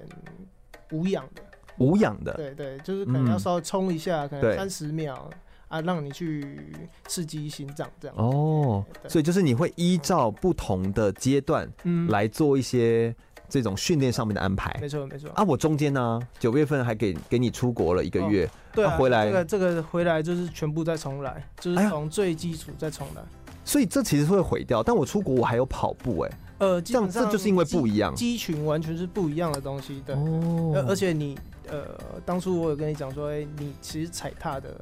Speaker 3: 无氧的，
Speaker 2: 无氧的，
Speaker 3: 对对，就是可能要
Speaker 2: 嗯
Speaker 3: 稍微冲一下，可
Speaker 2: 对
Speaker 3: 能三十秒啊，让你去刺激心脏这样。
Speaker 2: 哦，
Speaker 3: 对
Speaker 2: 所以就是你会依照不同的阶段
Speaker 3: 嗯，
Speaker 2: 来做一些这种训练上面的安排。
Speaker 3: 没错没错，
Speaker 2: 啊，我中间呢，九月份还给给你出国了一个月，
Speaker 3: 对
Speaker 2: 啊
Speaker 3: 啊，
Speaker 2: 回来
Speaker 3: 这个这个回来就是全部再重来，就
Speaker 2: 哎呀
Speaker 3: 是从最基础再重来。
Speaker 2: 所以这其实会毁掉。但我出国我还有跑步、哎，
Speaker 3: 呃，基
Speaker 2: 这样
Speaker 3: 本
Speaker 2: 这
Speaker 3: 上
Speaker 2: 就是因为不
Speaker 3: 一
Speaker 2: 一样。
Speaker 3: 肌群完全是不一样的东西，对。
Speaker 2: 哦
Speaker 3: 而而且你呃，当初我有跟你讲说，哎、你其实踩踏的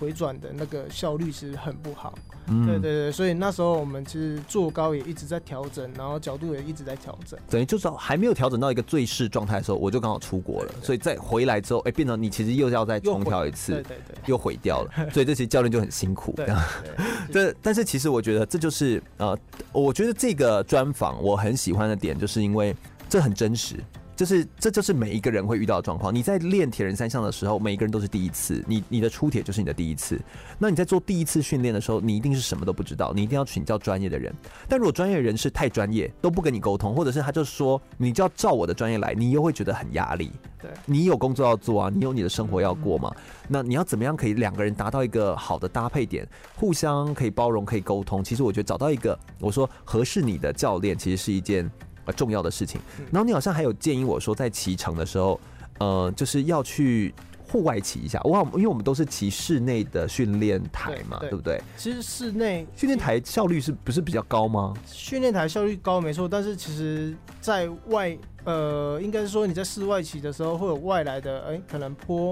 Speaker 3: 回转的那个效率其实很不好。
Speaker 2: 嗯
Speaker 3: 对对对，所以那时候我们其实坐高也一直在调整，然后角度也一直在调整。
Speaker 2: 等于就是还没有调整到一个最适状态的时候，我就刚好出国了，所以再回来之后，哎、变成你其实又要再
Speaker 3: 又
Speaker 2: 重
Speaker 3: 回
Speaker 2: 调一次
Speaker 3: 对，对对
Speaker 2: 又毁掉 了，所以这其实教练就很辛苦。
Speaker 3: 对
Speaker 2: 这样
Speaker 3: 对对
Speaker 2: 这但是其实我觉得这就是呃，我觉得这个专访我很喜欢的点，就是因为这很真实，就是这就是每一个人会遇到的状况。你在练铁人三项的时候，每一个人都是第一次，你你的出铁就是你的第一次。那你在做第一次训练的时候，你一定是什么都不知道，你一定要请教专业的人。但如果专业人士太专业，都不跟你沟通，或者是他就说你就要照我的专业来，你又会觉得很压力。
Speaker 3: 对
Speaker 2: 你有工作要做啊，你有你的生活要过嘛。那你要怎么样可以两个人达到一个好的搭配点，互相可以包容，可以沟通？其实我觉得找到一个我说合适你的教练，其实是一件呃重要的事情
Speaker 3: 嗯。
Speaker 2: 然后你好像还有建议我说，在骑乘的时候，呃，就是要去。户外骑一下，哇，因为我们都是骑室内的训练台嘛，
Speaker 3: 对对
Speaker 2: 对不对？
Speaker 3: 其实室内
Speaker 2: 训练台效率是不是比较高吗？
Speaker 3: 训练台效率高没错，但是其实在外呃，应该是说你在室外骑的时候会有外来的，哎、可能坡，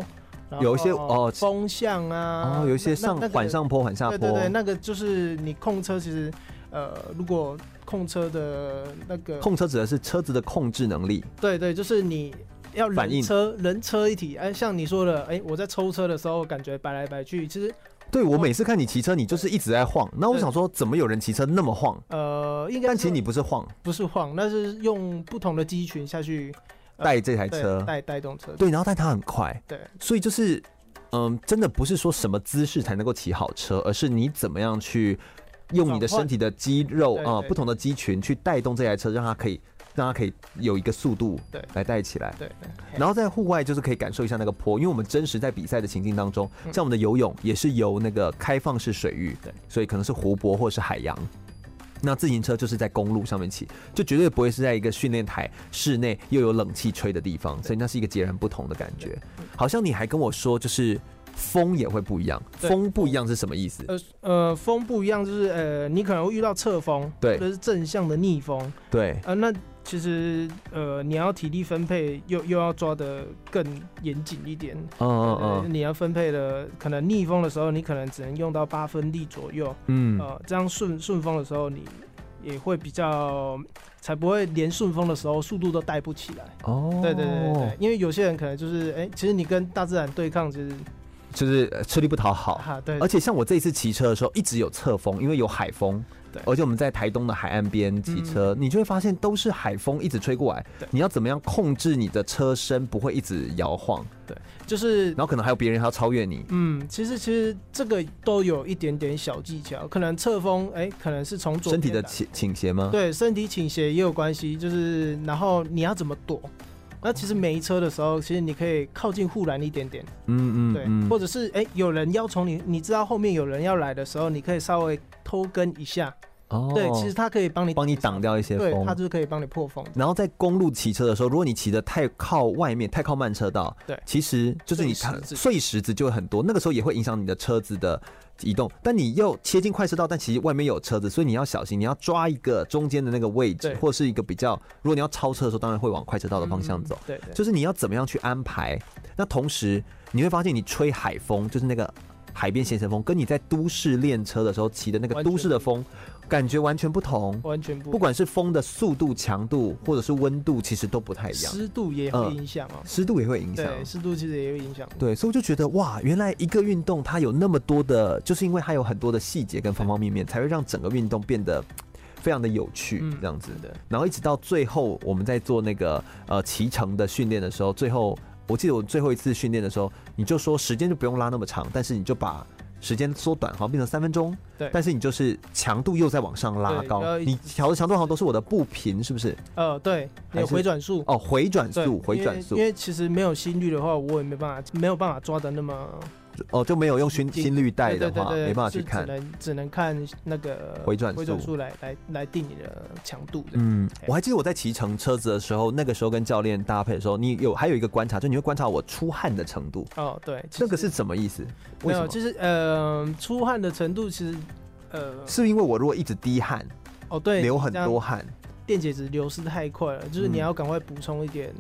Speaker 3: 然后
Speaker 2: 有一些哦
Speaker 3: 风向啊，
Speaker 2: 哦，有一些
Speaker 3: 那
Speaker 2: 上
Speaker 3: 那那个
Speaker 2: 缓上坡、缓下坡，
Speaker 3: 对对对，那个就是你控车其实呃，如果控车的那个
Speaker 2: 控车指的是车子的控制能力，
Speaker 3: 对对，就是你要
Speaker 2: 反应
Speaker 3: 人车人车一体。哎，像你说的，哎，我在抽车的时候感觉摆来摆去，其实
Speaker 2: 对我每次看你骑车，你就是一直在晃。那我想说，怎么有人骑车那么晃？
Speaker 3: 呃，应该
Speaker 2: 但其实
Speaker 3: 说
Speaker 2: 你不是晃，
Speaker 3: 不是晃，那是用不同的肌群下去呃
Speaker 2: 带这台
Speaker 3: 对
Speaker 2: 车，
Speaker 3: 带带动车。
Speaker 2: 对，然后但它很快，
Speaker 3: 对
Speaker 2: 所以就是，嗯，真的不是说什么姿势才能够骑好车，而是你怎么样去用你的身体的肌肉
Speaker 3: 转换
Speaker 2: 啊、
Speaker 3: 对对
Speaker 2: 不同的肌群去带动这台车，让它可以让它可以有一个速度
Speaker 3: 对
Speaker 2: 来带起来。
Speaker 3: 对，
Speaker 2: 然后在户外就是可以感受一下那个坡，因为我们真实在比赛的情境当中，
Speaker 3: 嗯
Speaker 2: 像我们的游泳也是游那个开放式水域，
Speaker 3: 对，
Speaker 2: 所以可能是湖泊或是海洋。那自行车就是在公路上面骑，就绝对不会是在一个训练台室内又有冷气吹的地方，所以那是一个截然不同的感觉。
Speaker 3: 嗯
Speaker 2: 好像你还跟我说，就是风也会不一样，
Speaker 3: 对
Speaker 2: 风不一样是什么意思？
Speaker 3: 呃呃，风不一样，就是呃，你可能会遇到侧风，
Speaker 2: 对
Speaker 3: 或者是正向的逆风，
Speaker 2: 对，
Speaker 3: 啊，那其实呃，你要体力分配又又要抓得更严谨一点。
Speaker 2: 嗯嗯
Speaker 3: 呃
Speaker 2: 嗯
Speaker 3: 你要分配的可能逆风的时候，你可能只能用到八分力左右，
Speaker 2: 嗯，
Speaker 3: 呃，这样顺顺风的时候，你也会比较，才不会连顺风的时候速度都带不起来。
Speaker 2: 哦，
Speaker 3: 对对对对对，，因为有些人可能就是，哎、其实你跟大自然对抗，其实
Speaker 2: 就是呃吃力不讨好。
Speaker 3: 哈、啊对，
Speaker 2: 而且像我这一次骑车的时候，一直有侧风，因为有海风。
Speaker 3: 对嗯
Speaker 2: 而且我们在台东的海岸边骑车，你就会发现都是海风一直吹过来
Speaker 3: 对。
Speaker 2: 你要怎么样控制你的车身不会一直摇晃？
Speaker 3: 就是
Speaker 2: 然，后可能还有别人还要超越你。
Speaker 3: 嗯，其实其实这个都有一点点小技巧，可能侧风，哎、可能是从左
Speaker 2: 身体
Speaker 3: 边
Speaker 2: 的
Speaker 3: 来
Speaker 2: 倾倾斜吗？
Speaker 3: 对，身体倾斜也有关系，就是然后你要怎么躲。那其实没车的时候，其实你可以靠近护栏一点点，
Speaker 2: 嗯
Speaker 3: 对，
Speaker 2: 嗯
Speaker 3: 或
Speaker 2: 嗯。
Speaker 3: 者是哎、有人要从你，你知道后面有人要来的时候，你可以稍微偷跟一下，
Speaker 2: 哦，
Speaker 3: 对，其实它可以帮你
Speaker 2: 帮你挡掉一些
Speaker 3: 对，它
Speaker 2: 风。
Speaker 3: 就是可以帮你破风。
Speaker 2: 然后在公路骑车的时候，如果你骑的太靠外面、太靠慢车道，
Speaker 3: 对
Speaker 2: 其实就是你
Speaker 3: 碎石
Speaker 2: 看
Speaker 3: 子
Speaker 2: 碎石子就会很多，那个时候也会影响你的车子的移动。但你又切进快车道，但其实外面有车子，所以你要小心，你要抓一个中间的那个位置
Speaker 3: 对，
Speaker 2: 或是一个比较，如果你要超车的时候，当然会往快车道的方向走。
Speaker 3: 嗯对对
Speaker 2: 就是你要怎么样去安排。那同时你会发现，你吹海风，就是那个海边咸神风，跟你在都市练车的时候骑的那个
Speaker 3: 完全
Speaker 2: 都市的风，感觉完全不同。
Speaker 3: 完全不
Speaker 2: 不管是风的速度、强度，或者是温度，其实都不太一样，
Speaker 3: 湿度也会影响哦、
Speaker 2: 湿度也会影响。
Speaker 3: 对，湿度其实也会影响。
Speaker 2: 对，所以我就觉得哇，原来一个运动它有那么多的，就是因为它有很多的细节跟方方面面，才会让整个运动变得非常的有趣，
Speaker 3: 嗯
Speaker 2: 这样子的
Speaker 3: 的。
Speaker 2: 然后一直到最后，我们在做那个呃骑乘的训练的时候，最后我记得我最后一次训练的时候，你就说时间就不用拉那么长，但是你就把。时间缩短，好像变成三分钟，
Speaker 3: 对
Speaker 2: 但是你就是强度又在往上拉
Speaker 3: 对不
Speaker 2: 高，
Speaker 3: 要一
Speaker 2: 你
Speaker 3: 直
Speaker 2: 调的强度好像都是我的步频，是不是？
Speaker 3: 呃，对，
Speaker 2: 还
Speaker 3: 有
Speaker 2: 是
Speaker 3: 回转速。
Speaker 2: 哦，回转
Speaker 3: 对
Speaker 2: 速，回
Speaker 3: 因
Speaker 2: 转
Speaker 3: 为
Speaker 2: 速
Speaker 3: 因，为其实没有心率的话，我也没办法，没有办法抓的那么
Speaker 2: 哦，就没有用心
Speaker 3: 紧
Speaker 2: 心率带的
Speaker 3: 对对
Speaker 2: 话，
Speaker 3: 对对
Speaker 2: 没办法去
Speaker 3: 就
Speaker 2: 看
Speaker 3: 只。能只能看那个
Speaker 2: 回转
Speaker 3: 回转
Speaker 2: 速
Speaker 3: 速来来来定你的强度的。
Speaker 2: 嗯，
Speaker 3: 对
Speaker 2: 我还记得我在骑乘车子的时候，那个时候跟教练搭配的时候，你有还有一个观察，就你会观察我出汗的程度，
Speaker 3: 哦，对，其
Speaker 2: 这个
Speaker 3: 实
Speaker 2: 是怎么意思？为
Speaker 3: 没
Speaker 2: 什
Speaker 3: 有，
Speaker 2: 么？
Speaker 3: 就是呃，出汗的程度其实呃，
Speaker 2: 是因为我如果一直滴汗，
Speaker 3: 哦对，
Speaker 2: 流很
Speaker 3: 这样
Speaker 2: 多汗，
Speaker 3: 电解质流失太快了，就是
Speaker 2: 嗯
Speaker 3: 你要赶快补充一点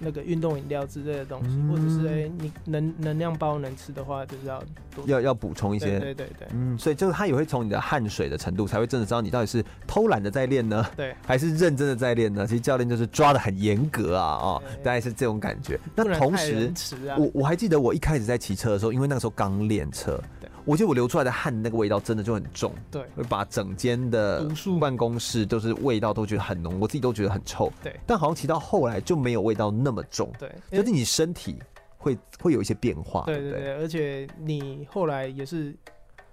Speaker 3: 那个运动饮料之类的东西，
Speaker 2: 嗯
Speaker 3: 或者是哎、你能能量包能吃的话，就是要多
Speaker 2: 要要补充一
Speaker 3: 一
Speaker 2: 些。
Speaker 3: 对对对
Speaker 2: 嗯，所以就是他也会从你的汗水的程度，才会真的知道你到底是偷懒的在练呢，
Speaker 3: 对
Speaker 2: 还是认真的在练呢？其实教练就是抓的很严格啊，哦，
Speaker 3: 对
Speaker 2: 大概是这种感觉。
Speaker 3: 对，
Speaker 2: 那同时，
Speaker 3: 吃啊，
Speaker 2: 我我还记得我一开始在骑车的时候，因为那个时候刚练车
Speaker 3: 对，
Speaker 2: 我觉得我流出来的汗那个味道真的就很重，
Speaker 3: 对
Speaker 2: 会把整间的
Speaker 3: 毒素
Speaker 2: 办公室都是味道都觉得很浓，我自己都觉得很臭。
Speaker 3: 对
Speaker 2: 但好像骑到后来就没有味道那么重，
Speaker 3: 对，因
Speaker 2: 就
Speaker 3: 为
Speaker 2: 是你身体会会有一些变化，
Speaker 3: 对
Speaker 2: 不
Speaker 3: 对
Speaker 2: 对？
Speaker 3: 对，而且你后来也是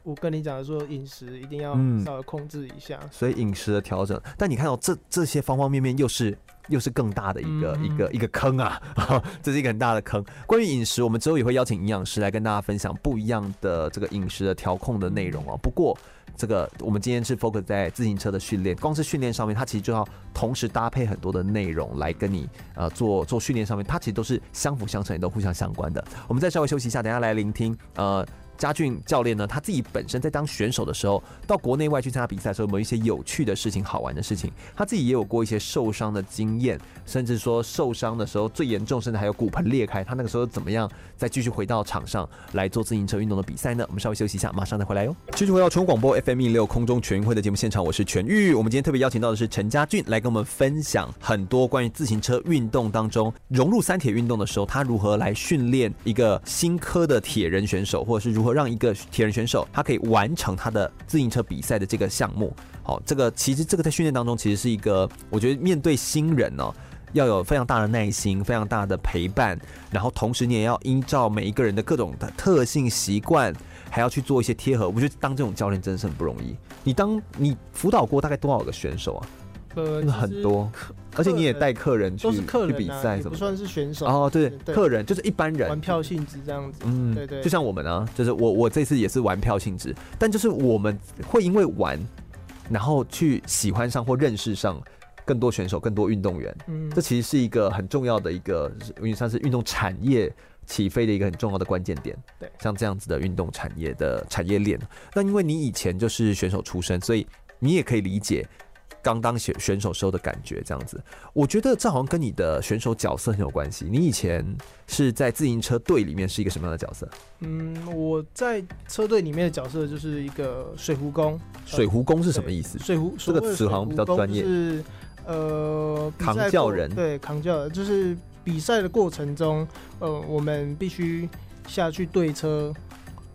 Speaker 3: 我跟你讲的说，饮食一定要
Speaker 2: 嗯
Speaker 3: 稍微控制一下，
Speaker 2: 所以饮食的调整，但你看到、这这些方方面面又是。又是更大的一个、
Speaker 3: 嗯
Speaker 2: 一个一个坑啊， 这是一个很大的坑。关于饮食，我们之后也会邀请营养师来跟大家分享不一样的这个饮食的调控的内容哦。不过，这个我们今天是 focus 在自行车的训练，光是训练上面，它其实就要同时搭配很多的内容来跟你呃做做训练上面，它其实都是相辅相成，也都互相相关的。我们再稍微休息一下，等一下来聆听呃嘉俊教练呢，他自己本身在当选手的时候，到国内外去参加比赛的时候，有没有一些有趣的事情、好玩的事情？他自己也有过一些受伤的经验，甚至说受伤的时候最严重，甚至还有骨盆裂开。他那个时候怎么样再继续回到场上来做自行车运动的比赛呢？我们稍微休息一下，马上再回来哟。继续回到全国广播 FM 一六空中全运会的节目现场，我是全玉。我们今天特别邀请到的是陈家俊来跟我们分享很多关于自行车运动当中融入三铁运动的时候，他如何来训练一个新科的铁人选手，或者是如何让一个铁人选手他可以完成他的自行车比赛的这个项目。好，这个其实这个在训练当中其实是一个，我觉得面对新人哦。要有非常大的耐心，非常大的陪伴，然后同时你也要依照每一个人的各种的特性习惯，还要去做一些贴合。我觉得当这种教练真的是很不容易。你当你辅导过大概多少个选手啊？
Speaker 3: 呃，
Speaker 2: 真的很多，而且你也带客人去
Speaker 3: 都是客
Speaker 2: 去
Speaker 3: 人
Speaker 2: 比
Speaker 3: 啊，
Speaker 2: 赛
Speaker 3: 也
Speaker 2: 什
Speaker 3: 不
Speaker 2: 么的。
Speaker 3: 算是选手
Speaker 2: 哦，对，
Speaker 3: 对
Speaker 2: 客人就是一般人
Speaker 3: 玩票性质这样子，
Speaker 2: 嗯，
Speaker 3: 对对
Speaker 2: 就像我们啊，就是我我这次也是玩票性质，但就是我们会因为玩，然后去喜欢上或认识上更多选手、更多运动员，
Speaker 3: 嗯，
Speaker 2: 这其实是一个很重要的一个，因为像是运动产业起飞的一个很重要的关键点。
Speaker 3: 对
Speaker 2: 像这样子的运动产业的产业链，那因为你以前就是选手出身，所以你也可以理解刚当选选手时候的感觉。这样子，我觉得这好像跟你的选手角色很有关系。你以前是在自行车队里面是一个什么样的角色？
Speaker 3: 嗯，我在车队里面的角色就是一个水壶工，
Speaker 2: 水壶工是什么意思？
Speaker 3: 呃水壶
Speaker 2: 这个词好像比较专业
Speaker 3: 是呃，比赛
Speaker 2: 扛轿
Speaker 3: 过
Speaker 2: 人
Speaker 3: 对扛轿人，就是比赛的过程中，呃，我们必须下去对车、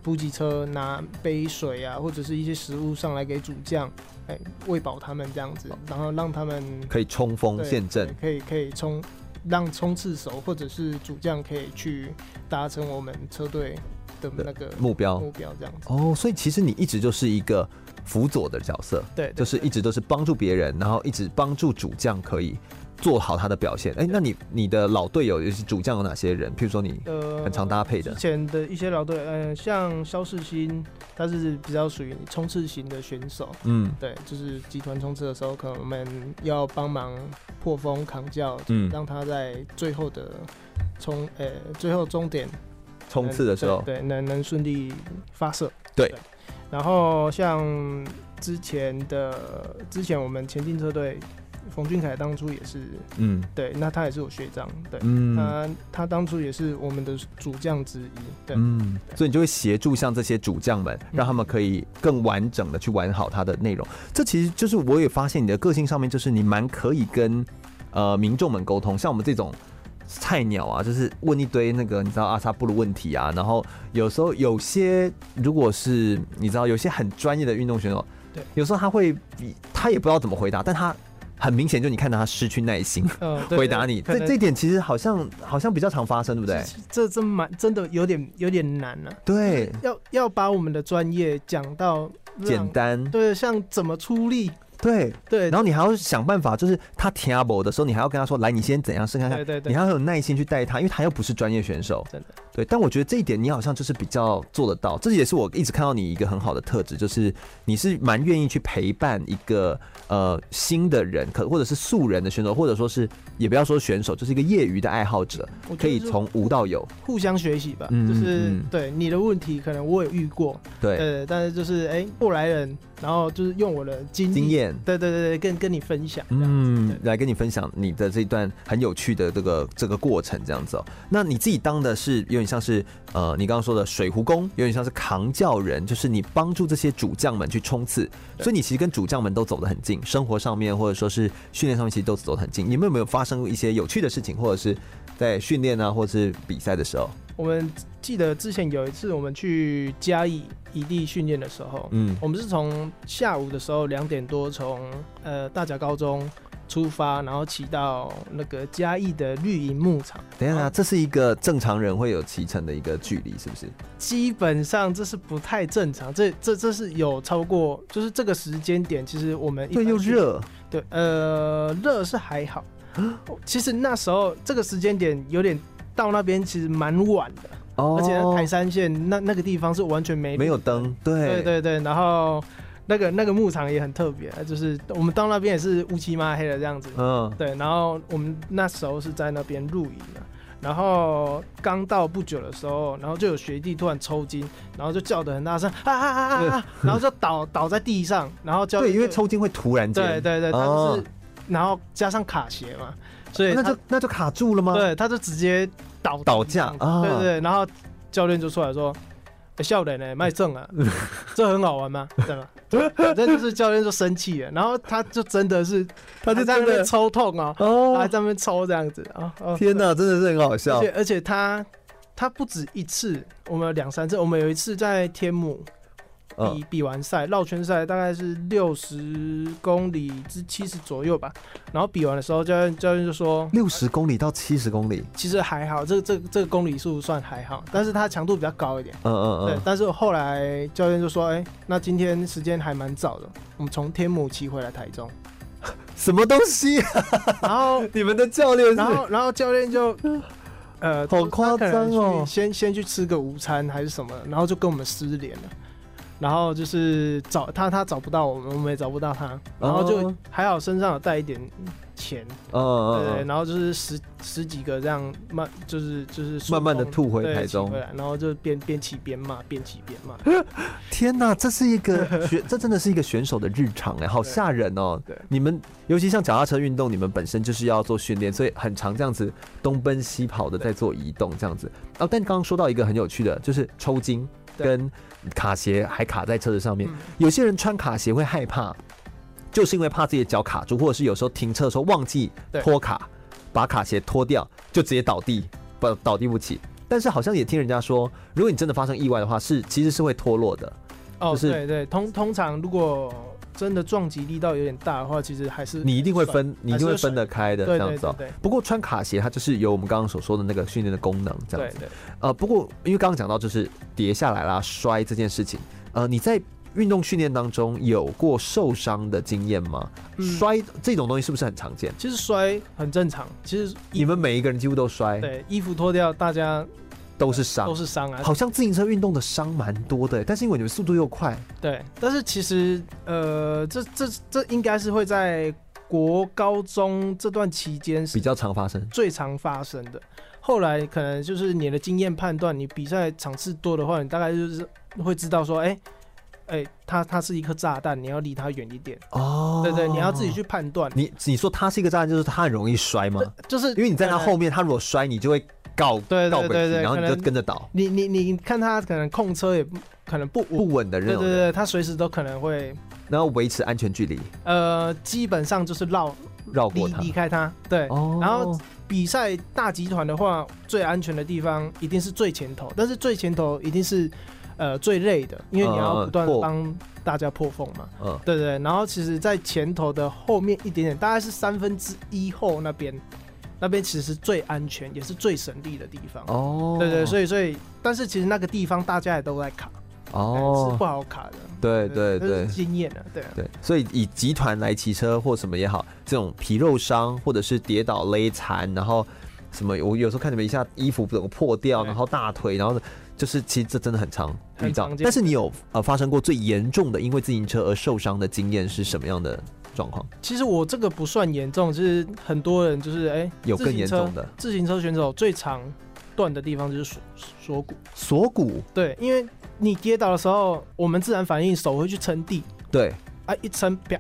Speaker 3: 补给车拿杯水啊，或者是一些食物上来给主将，哎，喂饱他们这样子，然后让他们
Speaker 2: 哦可以冲锋
Speaker 3: 对
Speaker 2: 陷阵
Speaker 3: 对，可以可以冲。让冲刺手或者是主将可以去达成我们车队的那个
Speaker 2: 目标
Speaker 3: 目标，这样子。
Speaker 2: 哦，所以其实你一直就是一个辅佐的角色。
Speaker 3: 对，对
Speaker 2: 就是一直都是帮助别人，然后一直帮助主将可以做好他的表现。哎、那你你的老队友，也是主将有哪些人？譬如说你
Speaker 3: 呃，
Speaker 2: 很常搭配的
Speaker 3: 之，前的一些老队，嗯、像肖世新，他是比较属于冲刺型的选手，
Speaker 2: 嗯
Speaker 3: 对，就是集团冲刺的时候，可能我们要帮忙破风扛轿，
Speaker 2: 嗯，
Speaker 3: 让他在最后的冲，呃、最后终点
Speaker 2: 冲刺的时候，
Speaker 3: 对，对能能顺利发射。
Speaker 2: 对
Speaker 3: 然后像之前的，之前我们前进车队，冯俊凯当初也是，
Speaker 2: 嗯
Speaker 3: 对，那他也是我学长，对，
Speaker 2: 嗯
Speaker 3: 他他当初也是我们的主将之一，对，嗯
Speaker 2: 嗯，所以你就会协助像这些主将们，让他们可以更完整的去玩好他的内容。这其实就是我也发现你的个性上面，就是你蛮可以跟呃民众们沟通，像我们这种。菜鸟啊，就是问一堆那个你知道阿萨布鲁问题啊，然后有时候有些如果是你知道有些很专业的运动选手，
Speaker 3: 对，
Speaker 2: 有时候他会他也不知道怎么回答，但他很明显就你看到他失去耐心
Speaker 3: 呃，对
Speaker 2: 回答你，
Speaker 3: 可
Speaker 2: 这
Speaker 3: 能
Speaker 2: 这一点其实好像好像比较常发生，对不对？
Speaker 3: 这真蛮真的有点有点难了、
Speaker 2: 对，
Speaker 3: 要要把我们的专业讲到让
Speaker 2: 简，单，
Speaker 3: 对，像怎么出力，
Speaker 2: 对，
Speaker 3: 对，
Speaker 2: 然后你还要想办法，就是他 t a b l e 的时候，你还要跟他说，来，你先怎样试看看
Speaker 3: 对，对
Speaker 2: 你
Speaker 3: 对，
Speaker 2: 还要有耐心去带他，因为他又不是专业选手，
Speaker 3: 真的，
Speaker 2: 对。但我觉得这一点你好像就是比较做得到，这也是我一直看到你一个很好的特质，就是你是蛮愿意去陪伴一个呃新的人，可或者是素人的选手，或者说是也不要说选手，就是一个业余的爱好者，
Speaker 3: 我觉
Speaker 2: 可以
Speaker 3: 得是
Speaker 2: 从无到有，
Speaker 3: 互相学习吧，
Speaker 2: 嗯
Speaker 3: 就是、
Speaker 2: 嗯嗯
Speaker 3: 对你的问题，可能我也遇过，
Speaker 2: 对，
Speaker 3: 对，但是就是哎、过来人，然后就是用我的经历
Speaker 2: 经，验。
Speaker 3: 对对对对，跟跟你分享，嗯
Speaker 2: 嗯，，来跟你分享你的这一段很有趣的这个这个过程，这样子哦。那你自己当的是有点像是呃，你刚刚说的水壶工，有点像是扛轿人，就是你帮助这些主将们去冲刺，
Speaker 3: 对
Speaker 2: 所以你其实跟主将们都走得很近，生活上面或者说是训练上面其实都走得很近。你们有没有发生过一些有趣的事情，或者是在训练啊，或者是比赛的时候？
Speaker 3: 我们记得之前有一次我们去嘉义异地训练的时候，
Speaker 2: 嗯
Speaker 3: 我们是从下午的时候两点多从呃大甲高中出发，然后骑到那个嘉义的绿营牧场。
Speaker 2: 等一下啊，这是一个正常人会有骑乘的一个距离，是不是？
Speaker 3: 基本上这是不太正常，这这这是有超过，就是这个时间点，其实我们一
Speaker 2: 对，
Speaker 3: 般
Speaker 2: 又
Speaker 3: 去，
Speaker 2: 热，啊
Speaker 3: 对，呃，热是还好。其实那时候这个时间点有点到那边其实蛮晚的，
Speaker 2: 哦
Speaker 3: 而且那台山线那那个地方是完全没
Speaker 2: 没有灯，
Speaker 3: 对对对，然后那个那个牧场也很特别，就是我们到那边也是乌漆嘛黑的这样子。
Speaker 2: 嗯。
Speaker 3: 对，然后我们那时候是在那边露营的，然后刚到不久的时候，然后就有学弟突然抽筋，然后就叫的很大声啊啊啊啊啊， 然后就倒倒在地上，然后叫
Speaker 2: 对，因为抽筋会突然间，
Speaker 3: 对对对，他就是，然后加上卡鞋嘛，所以
Speaker 2: 哦那
Speaker 3: 他
Speaker 2: 就那就卡住了吗？，
Speaker 3: 对他就直接倒
Speaker 2: 倒架啊
Speaker 3: 对对对，然后教练就出来说。欸笑脸呢，卖 正啊，这很好玩吗？对吧？反正就是教练就生气了，然后他就真的是，
Speaker 2: 他就
Speaker 3: 还在那边
Speaker 2: 真的
Speaker 3: 抽痛哦，他还
Speaker 2: 哦，
Speaker 3: 在那边抽这样子啊！哦
Speaker 2: 天！哪，真的是很好
Speaker 3: 对而
Speaker 2: 笑
Speaker 3: 且而且他他不止一次，我们有两三次，我们有一次在天母
Speaker 2: 嗯
Speaker 3: 比比完赛绕圈赛，大概是六十公里至七十左右吧。然后比完的时候，教练教练就说，
Speaker 2: 六十公里到七十公里，
Speaker 3: 其实还好，这这这个公里数算还好，但是它强度比较高一点。
Speaker 2: 嗯嗯
Speaker 3: 对
Speaker 2: 嗯，，
Speaker 3: 但是后来教练就说：“哎、那今天时间还蛮早的，我们从天母骑回来台 中。
Speaker 2: 什么东西？啊
Speaker 3: 然后
Speaker 2: 你们的教练是
Speaker 3: 然后然后教练就，呃，
Speaker 2: 好夸张哦
Speaker 3: 他可能去先先去吃个午餐还是什么，然后就跟我们失联了。然后就是找他，他找不到我们，我们也找不到他。然后就
Speaker 2: 哦
Speaker 3: 还好身上有带一点钱，
Speaker 2: 嗯嗯
Speaker 3: 对，
Speaker 2: 嗯，
Speaker 3: 然后就是十十几个这样慢，就是就是
Speaker 2: 慢慢地吐回
Speaker 3: 对
Speaker 2: 台中
Speaker 3: 骑回来，然后就边边骑边骂，边骑边骂。
Speaker 2: 天哪，这是一个选， 这真的是一个选手的日常哎，好吓人哦
Speaker 3: 对。
Speaker 2: 你们尤其像脚踏车运动，你们本身就是要做训练，所以很常这样子东奔西跑的在做移动这样子。哦，但刚刚说到一个很有趣的，就是抽筋
Speaker 3: 对
Speaker 2: 跟卡鞋还卡在车子上面。
Speaker 3: 嗯
Speaker 2: 有些人穿卡鞋会害怕，就是因为怕自己的脚卡住，或者是有时候停车的时候忘记
Speaker 3: 对
Speaker 2: 脱卡，把卡鞋脱掉就直接倒地，不倒地不起。但是好像也听人家说，如果你真的发生意外的话，是其实是会脱落的。
Speaker 3: 哦，
Speaker 2: 就是
Speaker 3: 对对，通通常如果真的撞击力道有点大的话，其实还是
Speaker 2: 你一定会分，你一定会分得开的这
Speaker 3: 对
Speaker 2: 样
Speaker 3: 对
Speaker 2: 子、哦
Speaker 3: 对。对
Speaker 2: 不过穿卡鞋它就是有我们刚刚所说的那个训练的功能这样
Speaker 3: 对
Speaker 2: 子。
Speaker 3: 对，
Speaker 2: 呃，不过因为刚刚讲到就是跌下来啦、摔这件事情，呃，你在运动训练当中有过受伤的经验吗？
Speaker 3: 嗯
Speaker 2: 摔这种东西是不是很常见？
Speaker 3: 其实摔很正常，其实
Speaker 2: 你们每一个人几乎都摔，
Speaker 3: 对衣服脱掉，大家
Speaker 2: 都是伤
Speaker 3: 都。是伤啊。
Speaker 2: 好像自行车运动的伤蛮多的，但是因为你们速度又快，
Speaker 3: 对，但是其实呃，这这这应该是会在国高中这段期间是
Speaker 2: 比较常发生。
Speaker 3: 最常发生的。后来可能就是你的经验判断，你比赛场次多的话，你大概就是会知道说，哎、哎、它它是一颗炸弹，你要离它远一点。
Speaker 2: 哦，
Speaker 3: 对对，你要自己。去判断。
Speaker 2: 你你说他是一个炸弹，就是他很容易摔吗？
Speaker 3: 就是
Speaker 2: 因为你在他
Speaker 3: 可能
Speaker 2: 后面，他如果摔，你就会告
Speaker 3: 对对
Speaker 2: 告
Speaker 3: 对
Speaker 2: 北
Speaker 3: 对
Speaker 2: 然后你
Speaker 3: 可
Speaker 2: 就
Speaker 3: 能
Speaker 2: 跟着倒，
Speaker 3: 你你你看他可能控车也不可能不稳，
Speaker 2: 不稳的那
Speaker 3: 对对
Speaker 2: 种人，
Speaker 3: 对，他随时都可能会，
Speaker 2: 然后维持安全距离，
Speaker 3: 呃，基本上就是绕
Speaker 2: 绕
Speaker 3: 离
Speaker 2: 过他
Speaker 3: 离。开他。对，
Speaker 2: 哦
Speaker 3: 然后比赛大集团的话，最安全的地方一定是最前头，但是最前头一定是呃最累的，因为你要不断
Speaker 2: 嗯嗯破
Speaker 3: 帮大家破缝嘛。
Speaker 2: 嗯，
Speaker 3: 对对，然后其实，在前头的后面一点点，大概是三分之一后那边，那边其实是最安全也是最省力的地方。
Speaker 2: 哦，
Speaker 3: 对对，所
Speaker 2: 以
Speaker 3: 以所以，但是其实那个地方大家也都在卡，哎是
Speaker 2: 哦
Speaker 3: 不，好卡的。
Speaker 2: 对对
Speaker 3: 这
Speaker 2: 对
Speaker 3: 是经验了，对啊，
Speaker 2: 对，所以以集团来骑车或什么也好，这种皮肉伤或者是跌倒勒残，然后什么，我有时候看你们一下衣服整个破掉，
Speaker 3: 对
Speaker 2: 然后大腿，然后就是其实这真的很常遇
Speaker 3: 很
Speaker 2: 到
Speaker 3: 常。见
Speaker 2: 但是你有呃发生过最严重的因为自行车而受伤的经验是什么样的状况？
Speaker 3: 其实我这个不算严重，就是很多人就是哎，
Speaker 2: 有更严重
Speaker 3: 自行车。
Speaker 2: 的
Speaker 3: 自行车选手最常断的地方就是锁锁骨，
Speaker 2: 锁骨，
Speaker 3: 对，因为你跌倒的时候，我们自然反应手会去撑地
Speaker 2: 对，
Speaker 3: 啊，一撑啪，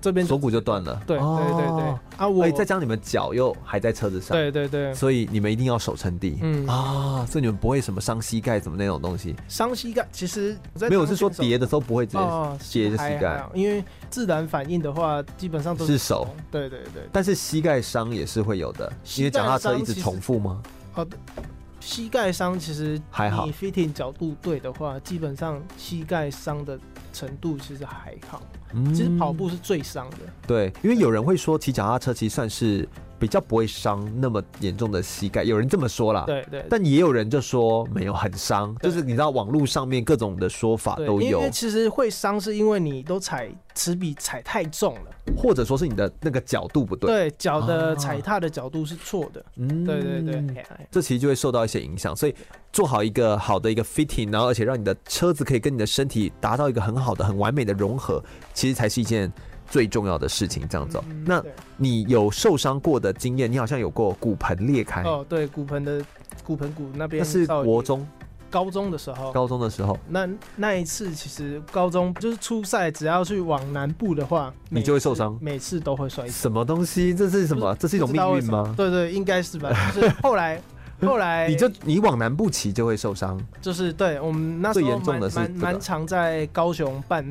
Speaker 3: 这边就
Speaker 2: 锁骨就断了。
Speaker 3: 对对对对
Speaker 2: 哦，
Speaker 3: 啊，我
Speaker 2: 哎，再加上你们脚又还在车子上，
Speaker 3: 对对对，
Speaker 2: 所以你们一定要手撑地。
Speaker 3: 嗯，
Speaker 2: 啊，所以你们不会什么伤膝盖什么那种东西，
Speaker 3: 伤膝盖其实我在
Speaker 2: 没有
Speaker 3: 当
Speaker 2: 是说
Speaker 3: 选手
Speaker 2: 跌的时候不会直接
Speaker 3: 哦，
Speaker 2: 接着膝
Speaker 3: 还
Speaker 2: 盖
Speaker 3: 还好因为自然反应的话，基本上都
Speaker 2: 是手，
Speaker 3: 对对对，
Speaker 2: 但是膝盖伤也是会有的，
Speaker 3: 膝
Speaker 2: 因为脚踏
Speaker 3: 盖
Speaker 2: 车
Speaker 3: 伤
Speaker 2: 一直
Speaker 3: 其实
Speaker 2: 重复吗？
Speaker 3: 好的，呃膝盖伤其实
Speaker 2: 还好
Speaker 3: 你 fitting 角度对的话，基本上膝盖伤的程度其实还好。
Speaker 2: 嗯
Speaker 3: 其实跑步是最伤的，
Speaker 2: 对，因为有人会说骑脚踏车其实算是比较不会伤那么严重的膝盖，有人这么说啦。
Speaker 3: 对对。
Speaker 2: 啊但也有人就说没有很伤，就
Speaker 3: 对
Speaker 2: 是你知道网络上面各种的说法
Speaker 3: 对，
Speaker 2: 都
Speaker 3: 因为因
Speaker 2: 有
Speaker 3: 为，其实会伤是因为你都踩持笔踩太重了，
Speaker 2: 或者说是你的那个角度不对。
Speaker 3: 对脚
Speaker 2: 啊
Speaker 3: 的踩踏的角度是错的，
Speaker 2: 嗯
Speaker 3: 对对对，嘿哎
Speaker 2: 这其实就会受到一些影响，所以做好一个好的一个 fitting，然后而且让你的车子可以跟你的身体达到一个很好的、很完美的融合，其实才是一件最重要的事情。这样子哦、
Speaker 3: 嗯
Speaker 2: 那
Speaker 3: 对
Speaker 2: 你有受伤过的经验？你好像有过骨盆裂开，
Speaker 3: 哦对骨盆的骨盆骨那边
Speaker 2: 哎那是
Speaker 3: 稍微
Speaker 2: 国中、
Speaker 3: 高中的时候，
Speaker 2: 高中的时候，
Speaker 3: 那那一次其实高中就是初赛，只要去往南部的话，
Speaker 2: 你就会
Speaker 3: 每次
Speaker 2: 受伤
Speaker 3: 每次都会摔死。
Speaker 2: 什么东西？这是什么？这是一种
Speaker 3: 不知道
Speaker 2: 命
Speaker 3: 为
Speaker 2: 运
Speaker 3: 什么
Speaker 2: 吗？
Speaker 3: 对对，应该 是吧。就是后来，后来
Speaker 2: 你就你往南部骑就会受伤，
Speaker 3: 就是对我们那时候
Speaker 2: 最严重的是
Speaker 3: 蛮
Speaker 2: 这
Speaker 3: 蛮
Speaker 2: 个
Speaker 3: 蛮常在高雄办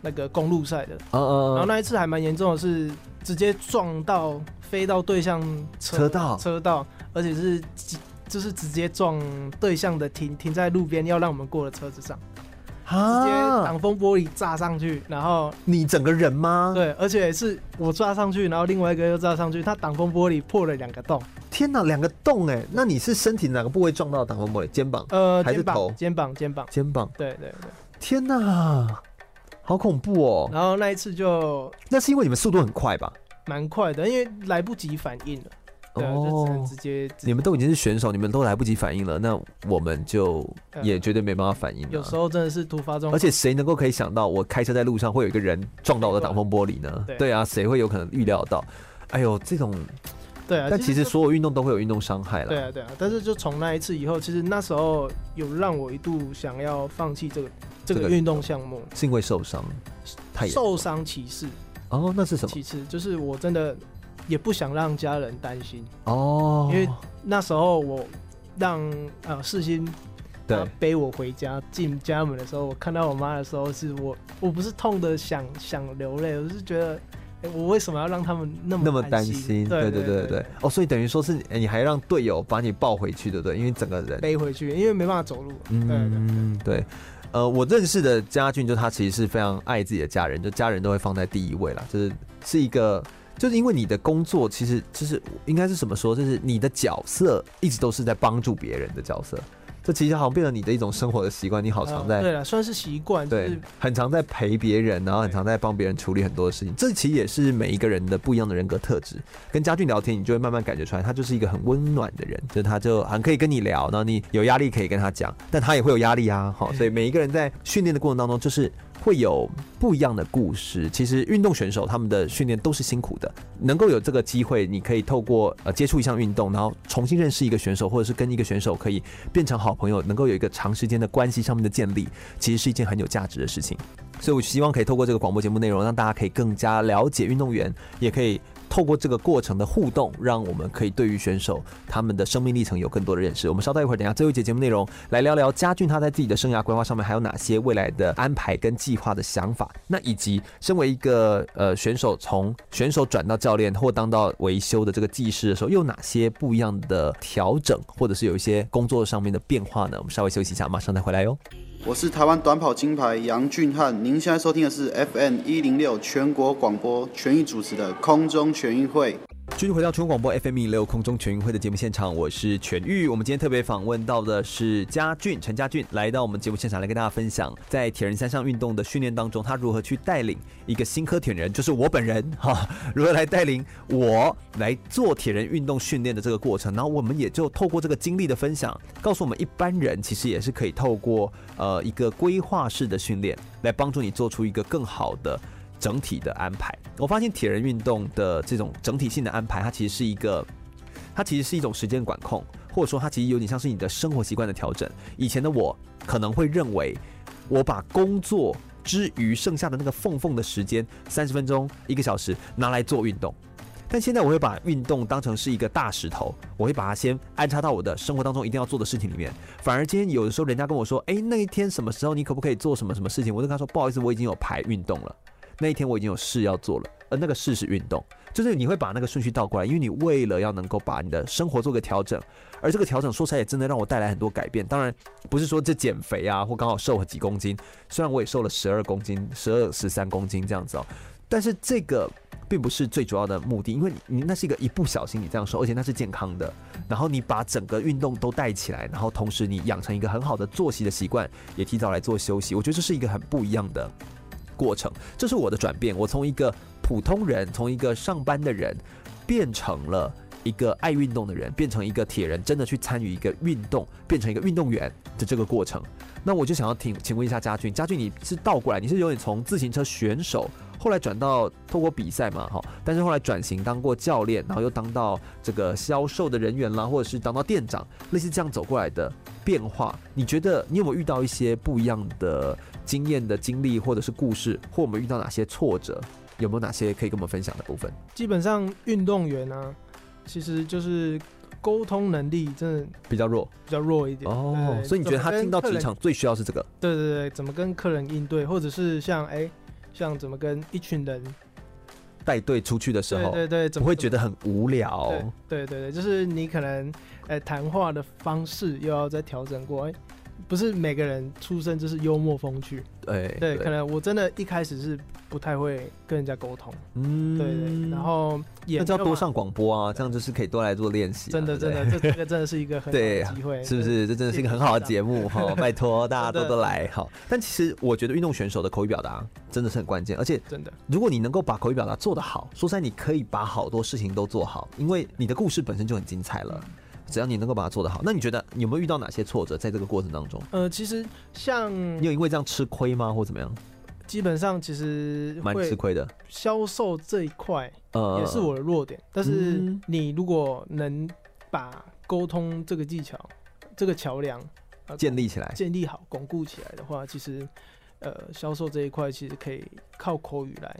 Speaker 3: 那个公路赛的，
Speaker 2: 嗯
Speaker 3: 然后
Speaker 2: 嗯嗯，
Speaker 3: 那一次还蛮严重的是直接撞到飞到对向车
Speaker 2: 车道
Speaker 3: 车道，而且是直就是直接撞对向的停停在路边要让我们过的车子上，直接
Speaker 2: 啊，
Speaker 3: 挡风玻璃炸上去，然后
Speaker 2: 你整个人吗？
Speaker 3: 对，而且是我抓上去，然后另外一个又抓上去，它挡风玻璃破了两个洞，
Speaker 2: 天哪，两个洞哎、那你是身体哪个部位撞到挡风玻璃？肩膀？
Speaker 3: 呃，
Speaker 2: 还是
Speaker 3: 肩
Speaker 2: 头
Speaker 3: 膀，肩膀，肩膀，
Speaker 2: 肩膀？
Speaker 3: 对对对。
Speaker 2: 天哪，好恐怖哦！
Speaker 3: 然后那一次就
Speaker 2: 那是因为你们速度很快吧？
Speaker 3: 蛮快的，因为来不及反应了，对啊，就只能直接直
Speaker 2: 哦你们都已经是选手，你们都来不及反应了，那我们就
Speaker 3: 呃
Speaker 2: 也绝对没办法反应了。
Speaker 3: 有时候真的是突发状况，
Speaker 2: 而且谁能够可以想到，我开车在路上会有一个人撞到我的挡风玻璃呢？
Speaker 3: 对
Speaker 2: 对啊，谁会有可能预料到？哎呦，这种，
Speaker 3: 对啊，
Speaker 2: 但其实
Speaker 3: 就
Speaker 2: 所有运动都会有运动伤害
Speaker 3: 对
Speaker 2: 了。
Speaker 3: 啊对啊，但是就从那一次以后，其实那时候有让我一度想要放弃这个
Speaker 2: 这
Speaker 3: 这个
Speaker 2: 个
Speaker 3: 运动项目，
Speaker 2: 是因为受伤，太严
Speaker 3: 受伤其次，
Speaker 2: 哦，那是什么？
Speaker 3: 其次就是我真的也不想让家人担心，
Speaker 2: 哦，
Speaker 3: 因为那时候我让呃世新
Speaker 2: 对，
Speaker 3: 他背我回家进家门的时候，我看到我妈的时候，是我我不是痛的想想流泪，我是觉得、诶我为什么要让他们那么
Speaker 2: 那么担
Speaker 3: 心？
Speaker 2: 心，
Speaker 3: 对
Speaker 2: 对对对
Speaker 3: 对
Speaker 2: 对，哦，所以等于说是哎你还让队友把你抱回去，对不对？因为整个人
Speaker 3: 背回去，因为没办法走路。对对
Speaker 2: 嗯，对。呃，我认识的家俊，就他其实是非常爱自己的家人，就家人都会放在第一位啦，就是是一个，就是因为你的工作其实就是应该是怎么说，就是你的角色一直都是在帮助别人的角色，这其实好像变成你的一种生活的习惯，你好常
Speaker 3: 呃
Speaker 2: 在、
Speaker 3: 对了，算是习惯，就
Speaker 2: 对
Speaker 3: 是，
Speaker 2: 很常在陪别人，然后很常在帮别人处理很多的事情。这其实也是每一个人的不一样的人格特质。跟家俊聊天，你就会慢慢感觉出来，他就是一个很温暖的人，就是他就很可以跟你聊，然后你有压力可以跟他讲，但他也会有压力啊。好，所以每一个人在训练的过程当中，就是。会有不一样的故事。其实运动选手他们的训练都是辛苦的，能够有这个机会，你可以透过呃接触一项运动，然后重新认识一个选手，或者是跟一个选手可以变成好朋友，能够有一个长时间的关系上面的建立，其实是一件很有价值的事情。所以我希望可以透过这个广播节目内容，让大家可以更加了解运动员，也可以。透过这个过程的互动，让我们可以对于选手他们的生命历程有更多的认识。我们稍待一会儿，等一下最后一节节目内容来聊聊嘉俊他在自己的生涯规划上面还有哪些未来的安排跟计划的想法，那以及身为一个呃选手，从选手转到教练或当到维修的这个技师的时候，又有哪些不一样的调整，或者是有一些工作上面的变化呢？我们稍微休息一下，马上再回来哟。
Speaker 4: 我是台湾短跑金牌杨俊翰，您现在收听的是 FM 一零六全国广播全域主持的空中全运会。
Speaker 2: 继续回到全国广播 FM 一六空中全运会的节目现场，我是全玉。我们今天特别访问到的是嘉俊陈嘉俊，来到我们节目现场来跟大家分享，在铁人三项运动的训练当中，他如何去带领一个新科铁人，就是我本人哈，如何来带领我来做铁人运动训练的这个过程。然后我们也就透过这个经历的分享，告诉我们一般人其实也是可以透过呃一个规划式的训练，来帮助你做出一个更好的整体的安排。我发现铁人运动的这种整体性的安排，它其实是一个，它其实是一种时间管控，或者说它其实有点像是你的生活习惯的调整。以前的我可能会认为，我把工作之余剩下的那个缝缝的时间，三十分钟、一个小时拿来做运动。但现在我会把运动当成是一个大石头，我会把它先安插到我的生活当中一定要做的事情里面。反而今天有的时候人家跟我说，诶，那一天什么时候你可不可以做什么什么事情？我就跟他说，不好意思，我已经有排运动了。那一天我已经有事要做了，而那个事是运动，就是你会把那个顺序倒过来，因为你为了要能够把你的生活做个调整，而这个调整说起来也真的让我带来很多改变。当然不是说这减肥啊，或刚好瘦了几公斤，虽然我也瘦了十二公斤、十二十三公斤这样子哦，但是这个并不是最主要的目的，因为你你那是一个一不小心你这样瘦，而且那是健康的，然后你把整个运动都带起来，然后同时你养成一个很好的作息的习惯，也提早来做休息，我觉得这是一个很不一样的过程。这是我的转变，我从一个普通人，从一个上班的人，变成了一个爱运动的人，变成一个铁人，真的去参与一个运动，变成一个运动员的这个过程。那我就想要请请问一下家俊，家俊你是倒过来，你是有点从自行车选手。后来转到透过比赛嘛，哈，但是后来转型当过教练，然后又当到这个销售的人员啦，或者是当到店长，类似这样走过来的变化，你觉得你有没有遇到一些不一样的经验的经历，或者是故事，或我们遇到哪些挫折，有没有哪些可以跟我们分享的部分？
Speaker 3: 基本上运动员啊，其实就是沟通能力真的
Speaker 2: 比较弱
Speaker 3: 比较弱一点
Speaker 2: 哦，
Speaker 3: 对
Speaker 2: 所以你觉得他
Speaker 3: 怎么跟
Speaker 2: 进到
Speaker 3: 客
Speaker 2: 职
Speaker 3: 人
Speaker 2: 场最需要是这个？
Speaker 3: 对对对，怎么跟客人应对，或者是像哎、像怎么跟一群人，
Speaker 2: 带队出去的时
Speaker 3: 对
Speaker 2: 候，
Speaker 3: 对对，怎
Speaker 2: 不
Speaker 3: 么
Speaker 2: 会觉
Speaker 3: 得
Speaker 2: 得很无聊？
Speaker 3: 对对对对，就是你可能哎谈、话的方式又要再调整过，哎、不是每个人出生就是幽默风趣，
Speaker 2: 哎对
Speaker 3: 对，可能我真的一开始是不太会跟人家沟通，
Speaker 2: 嗯
Speaker 3: 对对，然后也
Speaker 2: 那就要
Speaker 3: 没有
Speaker 2: 多
Speaker 3: 办
Speaker 2: 上广播啊，这样就是可以多来做练习啊、
Speaker 3: 真的
Speaker 2: 对
Speaker 3: 真
Speaker 2: 不对
Speaker 3: 的，这这个真的是一个很好
Speaker 2: 对啊
Speaker 3: 的机会，
Speaker 2: 是不是？这真的是一个很好的节目哈、拜托大家
Speaker 3: 真
Speaker 2: 多
Speaker 3: 的
Speaker 2: 多来哈。但其实我觉得运动选手的口语表达真的是很关键，而且
Speaker 3: 真的？
Speaker 2: 如果你能够把口语表达做得好，说实在，你可以把好多事情都做好，因为你的故事本身就很精彩
Speaker 3: 嗯
Speaker 2: 了。只要你能够把它做得好，那你觉得你有没有遇到哪些挫折？在这个过程当中，
Speaker 3: 呃，其实像
Speaker 2: 你有因为这样吃亏吗，或怎么样？
Speaker 3: 基本上其实
Speaker 2: 蛮吃
Speaker 3: 会
Speaker 2: 亏的，
Speaker 3: 销售这一块
Speaker 2: 呃
Speaker 3: 也是我的弱点，但是
Speaker 2: 嗯
Speaker 3: 你如果能把沟通这个技巧、这个桥梁、呃
Speaker 2: 建立起来。
Speaker 3: 建立好、巩固起来的话，其实呃销售这一块其实可以靠口语来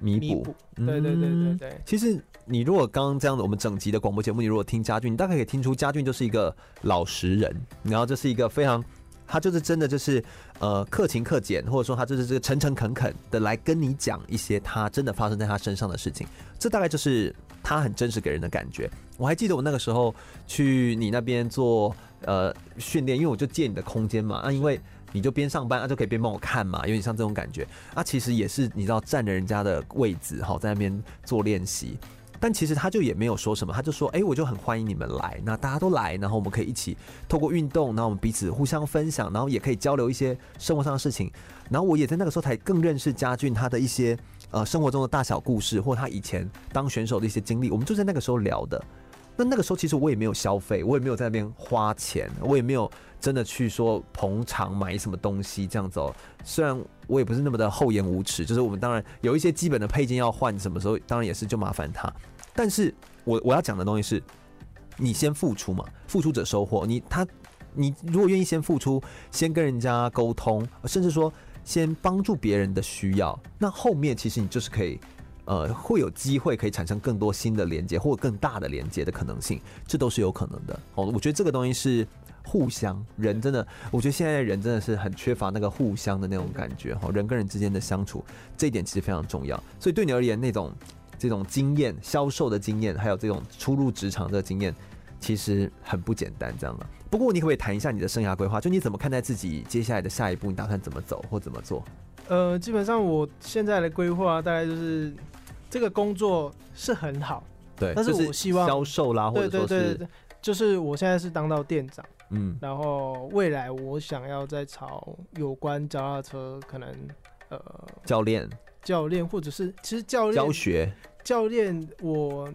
Speaker 2: 弥
Speaker 3: 弥
Speaker 2: 补
Speaker 3: 补。。对对对对
Speaker 2: 嗯
Speaker 3: 对，
Speaker 2: 其实你如果刚刚这样子，我们整集的广播节目，你如果听家俊，你大概可以听出家俊就是一个老实人，然后这是一个非常。他就是真的就是，呃，克勤克俭，或者说他就是这个诚诚恳恳的来跟你讲一些他真的发生在他身上的事情，这大概就是他很真实给人的感觉。我还记得我那个时候去你那边做呃训练，因为我就借你的空间嘛，啊，因为你就边上班啊就可以边帮我看嘛，有点像这种感觉。啊，其实也是你知道占了人家的位置哈，在那边做练习。但其实他就也没有说什么，他就说，哎、我就很欢迎你们来，那大家都来，然后我们可以一起透过运动，然后我们彼此互相分享，然后也可以交流一些生活上的事情。然后我也在那个时候才更认识家俊他的一些呃生活中的大小故事，或他以前当选手的一些经历，我们就在那个时候聊的。那那个时候其实我也没有消费，我也没有在那边花钱，我也没有真的去说捧场买什么东西这样子哦。虽然我也不是那么的厚颜无耻，就是我们当然有一些基本的配件要换，什么时候当然也是就麻烦他。但是我我要讲的东西是，你先付出嘛，付出者收获。你他你如果愿意先付出，先跟人家沟通，甚至说先帮助别人的需要，那后面其实你就是可以。呃，会有机会可以产生更多新的连接，或更大的连接的可能性，这都是有可能的哦。我觉得这个东西是互相，人真的，我觉得现在的人真的是很缺乏那个互相的那种感觉哦，人跟人之间的相处，这一点其实非常重要。所以对你而言，那种这种经验、销售的经验，还有这种初入职场的经验，其实很不简单，这样的。不过你可不可以谈一下你的生涯规划？就你怎么看待自己接下来的下一步？你打算怎么走或怎么做？
Speaker 3: 呃，基本上我现在的规划大概就是这个工作是很好，
Speaker 2: 对，
Speaker 3: 但是
Speaker 2: 就
Speaker 3: 我希望
Speaker 2: 销售啦，啊或
Speaker 3: 对
Speaker 2: 者说
Speaker 3: 对
Speaker 2: 是
Speaker 3: 对对，对就是我现在是当到店长，
Speaker 2: 嗯
Speaker 3: 然后未来我想要再朝有关脚踏车可能呃
Speaker 2: 教练
Speaker 3: 教练或者是其实教练
Speaker 2: 教学。
Speaker 3: 教练我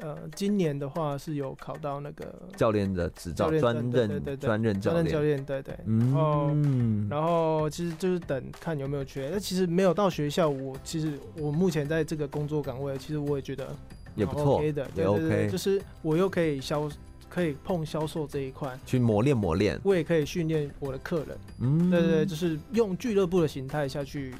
Speaker 3: 呃今年的话是有考到那个
Speaker 2: 教练的执照
Speaker 3: 教，练
Speaker 2: 专
Speaker 3: 对对对
Speaker 2: 任
Speaker 3: 对对
Speaker 2: 专任教
Speaker 3: 专任教
Speaker 2: 练。
Speaker 3: 练，对对，然后。
Speaker 2: 嗯，
Speaker 3: 然后其实就是等看有没有缺，那其实没有到学校，我其实我目前在这个工作岗位，其实我也觉得
Speaker 2: 也
Speaker 3: 蛮
Speaker 2: 不错，
Speaker 3: OK 的，对
Speaker 2: 也
Speaker 3: 对对，就
Speaker 2: OK，
Speaker 3: 是我又可以销，可以碰销售这一块，
Speaker 2: 去磨练磨练。
Speaker 3: 我也可以训练我的客人，
Speaker 2: 嗯，
Speaker 3: 对对对，就是用俱乐部的形态下去，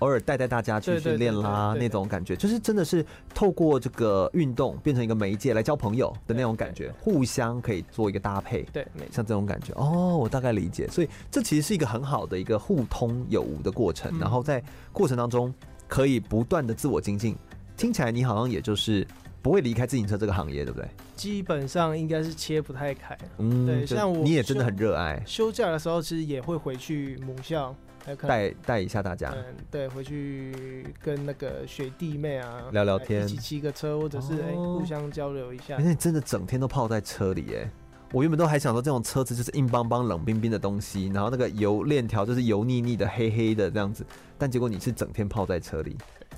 Speaker 2: 偶尔带带大家去
Speaker 3: 对对
Speaker 2: 训练
Speaker 3: 对对
Speaker 2: 啦，
Speaker 3: 对对
Speaker 2: 那种感觉，就是真的是透过这个运动变成一个媒介来交朋友的那种
Speaker 3: 对
Speaker 2: 感
Speaker 3: 对
Speaker 2: 觉，互相可以做一个搭配。
Speaker 3: 对，没错，
Speaker 2: 像这种感觉哦，我大概理解。所以这其实是一个很好的一个互通有无的过程，
Speaker 3: 嗯
Speaker 2: 然后在过程当中可以不断的自我精进。听起来你好像也就是不会离开自行车这个行业，对不对？
Speaker 3: 基本上应该是切不太开。
Speaker 2: 嗯，
Speaker 3: 对
Speaker 2: 就
Speaker 3: 像我
Speaker 2: 你也真的
Speaker 3: 就
Speaker 2: 很热爱，
Speaker 3: 休假的时候其实也会回去母校，还有可能
Speaker 2: 带啊带一下大家。
Speaker 3: 嗯，对，回去跟那个学弟妹啊
Speaker 2: 聊聊
Speaker 3: 哎
Speaker 2: 天
Speaker 3: 一起骑个车，或者是哎、
Speaker 2: 哦
Speaker 3: 互相交流一下
Speaker 2: 哎而。且你真的整天都泡在车里耶。我原本都还想说这种车子就是硬邦邦、冷冰冰的东西，然后那个油链条就是油腻腻的、黑黑的这样子，但结果你是整天泡在车里，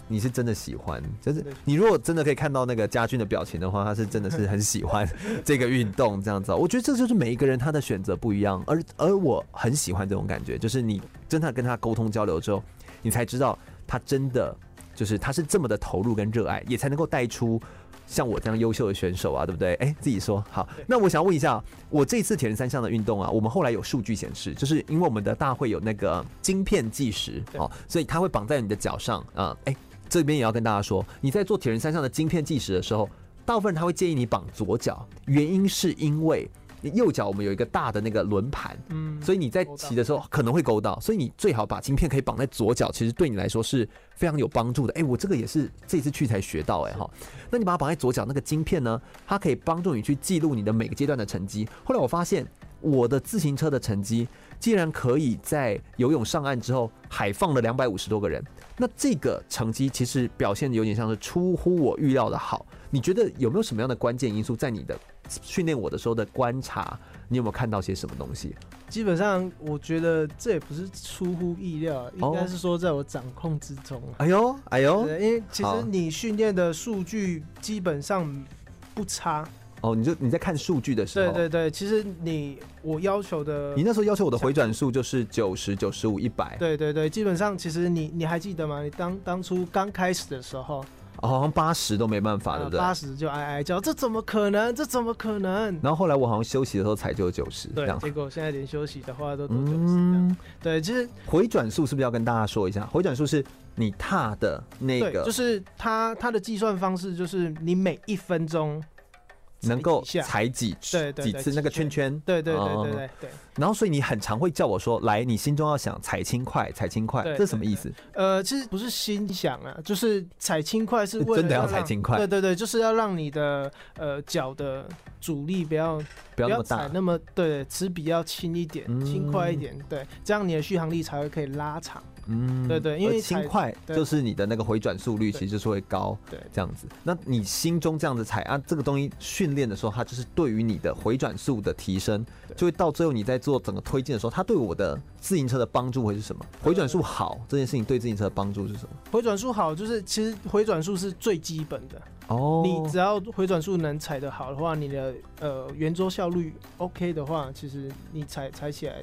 Speaker 2: 你是真的喜欢，就是
Speaker 3: 对
Speaker 2: 你如果真的可以看到那个家俊的表情的话，他是真的是很喜欢 这个运动这样子哦。我觉得这就是每一个人他的选择不一样，而而我很喜欢这种感觉，就是你真的跟他沟通交流之后，你才知道他真的就是他是这么的投入跟热爱，也才能够带出像我这样优秀的选手啊，对不对？哎，自己说好。那我想问一下，我这一次铁人三项的运动啊，我们后来有数据显示，就是因为我们的大会有那个晶片计时
Speaker 3: 对
Speaker 2: 哦，所以它会绑在你的脚上啊。哎、这边也要跟大家说，你在做铁人三项的晶片计时的时候，大部分人他会建议你绑左脚，原因是因为右脚我们有一个大的那个轮盘，
Speaker 3: 嗯，
Speaker 2: 所以你在骑的时候可能会勾到，所以你最好把晶片可以绑在左脚，其实对你来说是非常有帮助的。哎、我这个也是这次去才学到哎、哈。那你把它绑在左脚，那个晶片呢，它可以帮助你去记录你的每个阶段的成绩。后来我发现我的自行车的成绩竟然可以在游泳上岸之后海放了两百五十多个人，那这个成绩其实表现的有点像是出乎我预料的好。你觉得有没有什么样的关键因素在你的训练我的时候的观察？你有没有看到些什么东西？
Speaker 3: 基本上我觉得这也不是出乎意料
Speaker 2: 哦
Speaker 3: 啊，应该是说在我掌控之中啊。
Speaker 2: 哎呦，哎呦，
Speaker 3: 对因为其
Speaker 2: 好
Speaker 3: 实你训练的数据基本上不差。
Speaker 2: 哦，你就你在看数据的时
Speaker 3: 对
Speaker 2: 候，
Speaker 3: 对对，其实你我要求的
Speaker 2: 你，那时候要求我的回转数就是九十九十五一百，
Speaker 3: 对对对，基本上其实你你还记得吗？你当当初刚开始的时候，啊
Speaker 2: 哦，好像八十都没办法，对不对？
Speaker 3: 八十就哀哀叫，这怎么可能？这怎么可能？
Speaker 2: 然后后来我好像休息的时候才就九十，这
Speaker 3: 对
Speaker 2: 样，。
Speaker 3: 结果现在连休息的话都多久是这样？
Speaker 2: 嗯，
Speaker 3: 对，其实
Speaker 2: 回转数是不是要跟大家说一下？回转数是你踏的那
Speaker 3: 对，就
Speaker 2: 个
Speaker 3: 是它它的计算方式就是你每一分钟
Speaker 2: 能够
Speaker 3: 踩几下，
Speaker 2: 踩几
Speaker 3: 对对
Speaker 2: 几
Speaker 3: 对
Speaker 2: 次那个
Speaker 3: 几
Speaker 2: 圈圈，
Speaker 3: 对对对对
Speaker 2: 哦
Speaker 3: 对对。
Speaker 2: 然后所以你很常会叫我说，来，你心中要想踩轻快，踩轻快，
Speaker 3: 对
Speaker 2: 这是什么意思？
Speaker 3: 呃，其实不是心想啊，就是踩轻快是为了
Speaker 2: 真的要
Speaker 3: 让
Speaker 2: 踩轻快
Speaker 3: 对对对，就是要让你的呃脚的阻力不要
Speaker 2: 不要那么
Speaker 3: 踩
Speaker 2: 大，
Speaker 3: 那么对，齿比要轻一点
Speaker 2: 嗯，
Speaker 3: 轻快一点，对，这样你的续航力才会可以拉长。
Speaker 2: 嗯
Speaker 3: 对对因为
Speaker 2: 而轻
Speaker 3: 踩
Speaker 2: 快
Speaker 3: 对
Speaker 2: 就是你的那个回转速率其实就是会高，
Speaker 3: 对
Speaker 2: 这样子。那你心中这样子踩啊，这个东西训练的时候，它就是对于你的回转速的提升，就会到最后你在做整个推进的时候，它对我的自行车的帮助会是什么？
Speaker 3: 呃
Speaker 2: 回转速好这件事情对自行车的帮助是什么？
Speaker 3: 回转数好，就是其实回转数是最基本的。
Speaker 2: 哦
Speaker 3: 你只要回转数能踩得好的话，你的呃圆周效率 OK 的话，其实你踩踩起来，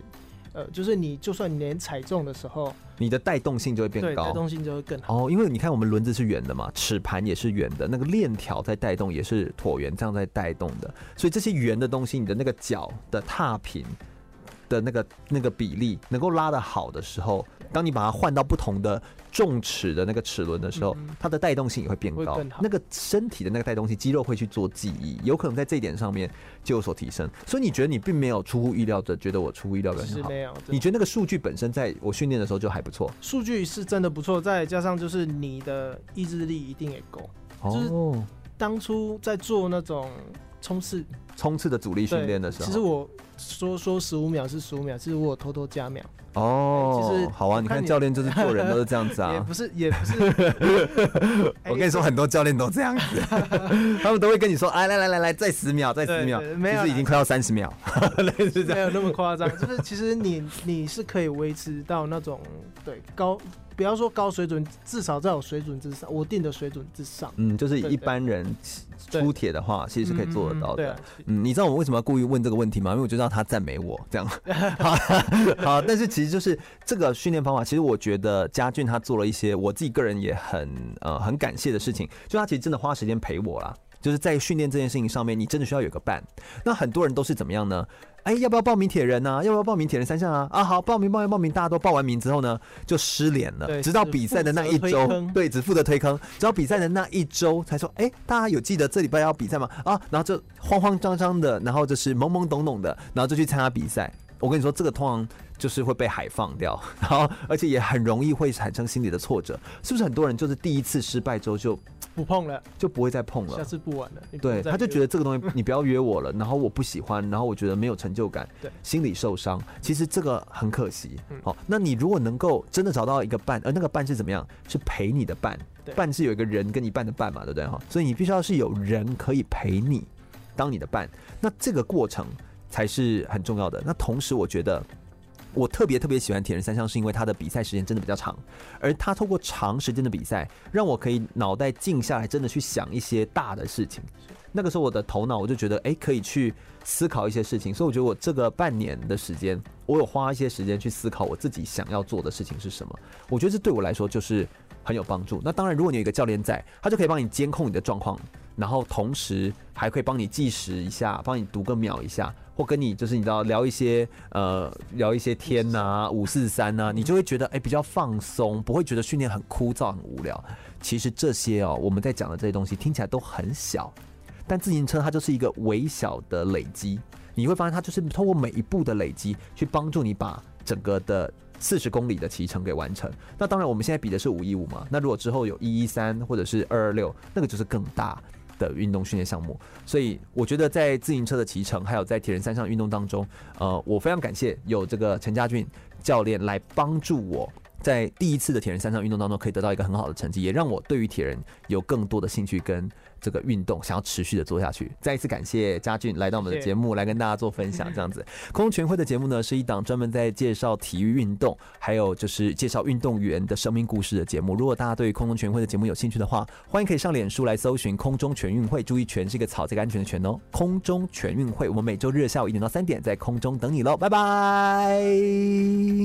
Speaker 3: 呃，就是你就算你连踩中的时候，
Speaker 2: 你的带动性就会变
Speaker 3: 对带
Speaker 2: 高。
Speaker 3: 动性就会更好。
Speaker 2: 哦，因为你看我们轮子是圆的嘛，齿盘也是圆的，那个链条在带动也是椭圆这样在带动的，所以这些圆的东西，你的那个脚的踏频的那个那个比例能够拉得好的时候，当你把它换到不同的重齿的那个齿轮的时候，
Speaker 3: 嗯哼
Speaker 2: 它的带动性也会变
Speaker 3: 会
Speaker 2: 高
Speaker 3: 更好，
Speaker 2: 那个身体的那个带动性，肌肉会去做记忆，有可能在这一点上面就有所提升。所以你觉得你并没有出乎意料的，觉得我出乎意料表
Speaker 3: 其
Speaker 2: 现
Speaker 3: 实
Speaker 2: 好。
Speaker 3: 没有，
Speaker 2: 你觉得那个数据本身在我训练的时候就还不错，
Speaker 3: 数据是真的不错，再加上就是你的意志力一定也够。就是
Speaker 2: 哦，
Speaker 3: 当初在做那种冲刺
Speaker 2: 冲刺的阻力
Speaker 3: 对
Speaker 2: 训练的时候，
Speaker 3: 其实我说说十五秒是十五秒，其实我有偷偷加秒，
Speaker 2: 哦，
Speaker 3: 就是
Speaker 2: 好啊，
Speaker 3: 我
Speaker 2: 你
Speaker 3: 看
Speaker 2: 看
Speaker 3: 你
Speaker 2: 教练就是做人都是这样子
Speaker 3: 也
Speaker 2: 啊
Speaker 3: 不。是 也不是。哎
Speaker 2: 我跟你说，，很多教练都这样 子，他们都会跟你说，哎，来来来来，再十秒，再
Speaker 3: 对
Speaker 2: 十秒，
Speaker 3: 对没
Speaker 2: 其
Speaker 3: 有
Speaker 2: 实已
Speaker 3: 啦
Speaker 2: 经快要三十秒，类似这
Speaker 3: 没
Speaker 2: 样。
Speaker 3: 有那么夸张，就是其实你你是可以维持到那种对高，不要说高水准，至少在我水准之上，我定的水准之上。
Speaker 2: 嗯，就是
Speaker 3: 对
Speaker 2: 一
Speaker 3: 对
Speaker 2: 般人
Speaker 3: 对
Speaker 2: 出铁的话，其实是可以做得到
Speaker 3: 对
Speaker 2: 的
Speaker 3: 啊。
Speaker 2: 嗯，你知道我为什么要故意问这个问题吗？因为我就知道他赞美我这样。 好，好，但是其实就是这个训练方法，其实我觉得嘉俊他做了一些我自己个人也很呃很感谢的事情，就他其实真的花时间陪我啦。就是在训练这件事情上面，你真的需要有个伴。那很多人都是怎么样呢？哎，要不要报名铁人呢、要不要报名铁人三项啊？啊，好，报名报名报名，大家都报完名之后呢，就失联了。
Speaker 3: 对
Speaker 2: 直到
Speaker 3: 只
Speaker 2: 比赛的
Speaker 3: 负
Speaker 2: 那
Speaker 3: 责
Speaker 2: 一
Speaker 3: 推
Speaker 2: 周，
Speaker 3: 坑
Speaker 2: 对，只负责推坑，直到比赛的那一周才说，哎，大家有记得这礼拜要比赛吗？啊，然后就慌慌张张的，然后就是懵懵懂懂的，然后就去参加比赛。我跟你说，这个通常就是会被海放掉， 然后而且也很容易会产生心理的挫折，是不是？很多人就是第一次失败之后就
Speaker 3: 不碰了，
Speaker 2: 就不会再碰了
Speaker 3: 下。次不玩了。你不
Speaker 2: 嗯对，
Speaker 3: 再
Speaker 2: 他就
Speaker 3: 约
Speaker 2: 觉得这个东西 你不要约我了，然后我不喜欢，然后我觉得没有成就感，
Speaker 3: 对
Speaker 2: 心理受伤。其实这个很可惜。好、
Speaker 3: 嗯
Speaker 2: 那你如果能够真的找到一个伴，呃而那个伴是怎么样？是陪你的伴，
Speaker 3: 对
Speaker 2: 伴是有一个人跟你伴的伴嘛，对不对？哈，所以你必须要是有人可以陪你当你的伴，那这个过程才是很重要的。那同时，我觉得。我特别特别喜欢铁人三项，是因为它的比赛时间真的比较长，而他透过长时间的比赛，让我可以脑袋静下来，真的去想一些大的事情。那个时候我的头脑我就觉得，哎、可以去思考一些事情，所以我觉得我这个半年的时间，我有花一些时间去思考我自己想要做的事情是什么。我觉得这对我来说就是很有帮助。那当然，如果你有一个教练在，他就可以帮你监控你的状况，然后同时还可以帮你计时一下，帮你读个秒一下，或跟你就是你知道聊一些呃聊一些天呐、五四三呐，你就会觉得哎、诶比较放松，不会觉得训练很枯燥很无聊。其实这些哦，我们在讲的这些东西听起来都很小，但自行车它就是一个微小的累积，你会发现它就是通过每一步的累积去帮助你把整个的四十公里的骑程给完成。那当然，我们现在比的是五一五嘛，那如果之后有一一三或者是二二六，那个就是更大。的运动训练项目，所以我觉得在自行车的骑乘，还有在铁人三项运动当中，呃，我非常感谢有这个陈家俊教练来帮助我在第一次的铁人三项运动当中可以得到一个很好的成绩，也让我对于铁人有更多的兴趣跟这个运动想要持续的做下去。再一次感谢家俊来到我们的
Speaker 3: 谢谢
Speaker 2: 节目，来跟大家做分享。这样子，空中全会的节目呢是一档专门在介绍体育运动，还有就是介绍运动员的生命故事的节目。如果大家对于空中全会的节目有兴趣的话，欢迎可以上脸书来搜寻“空中全运会”，注意“全”是一个草，这个安全的“全”哦。空中全运会，我们每周日下午一点到三点在空中等你喽，拜拜。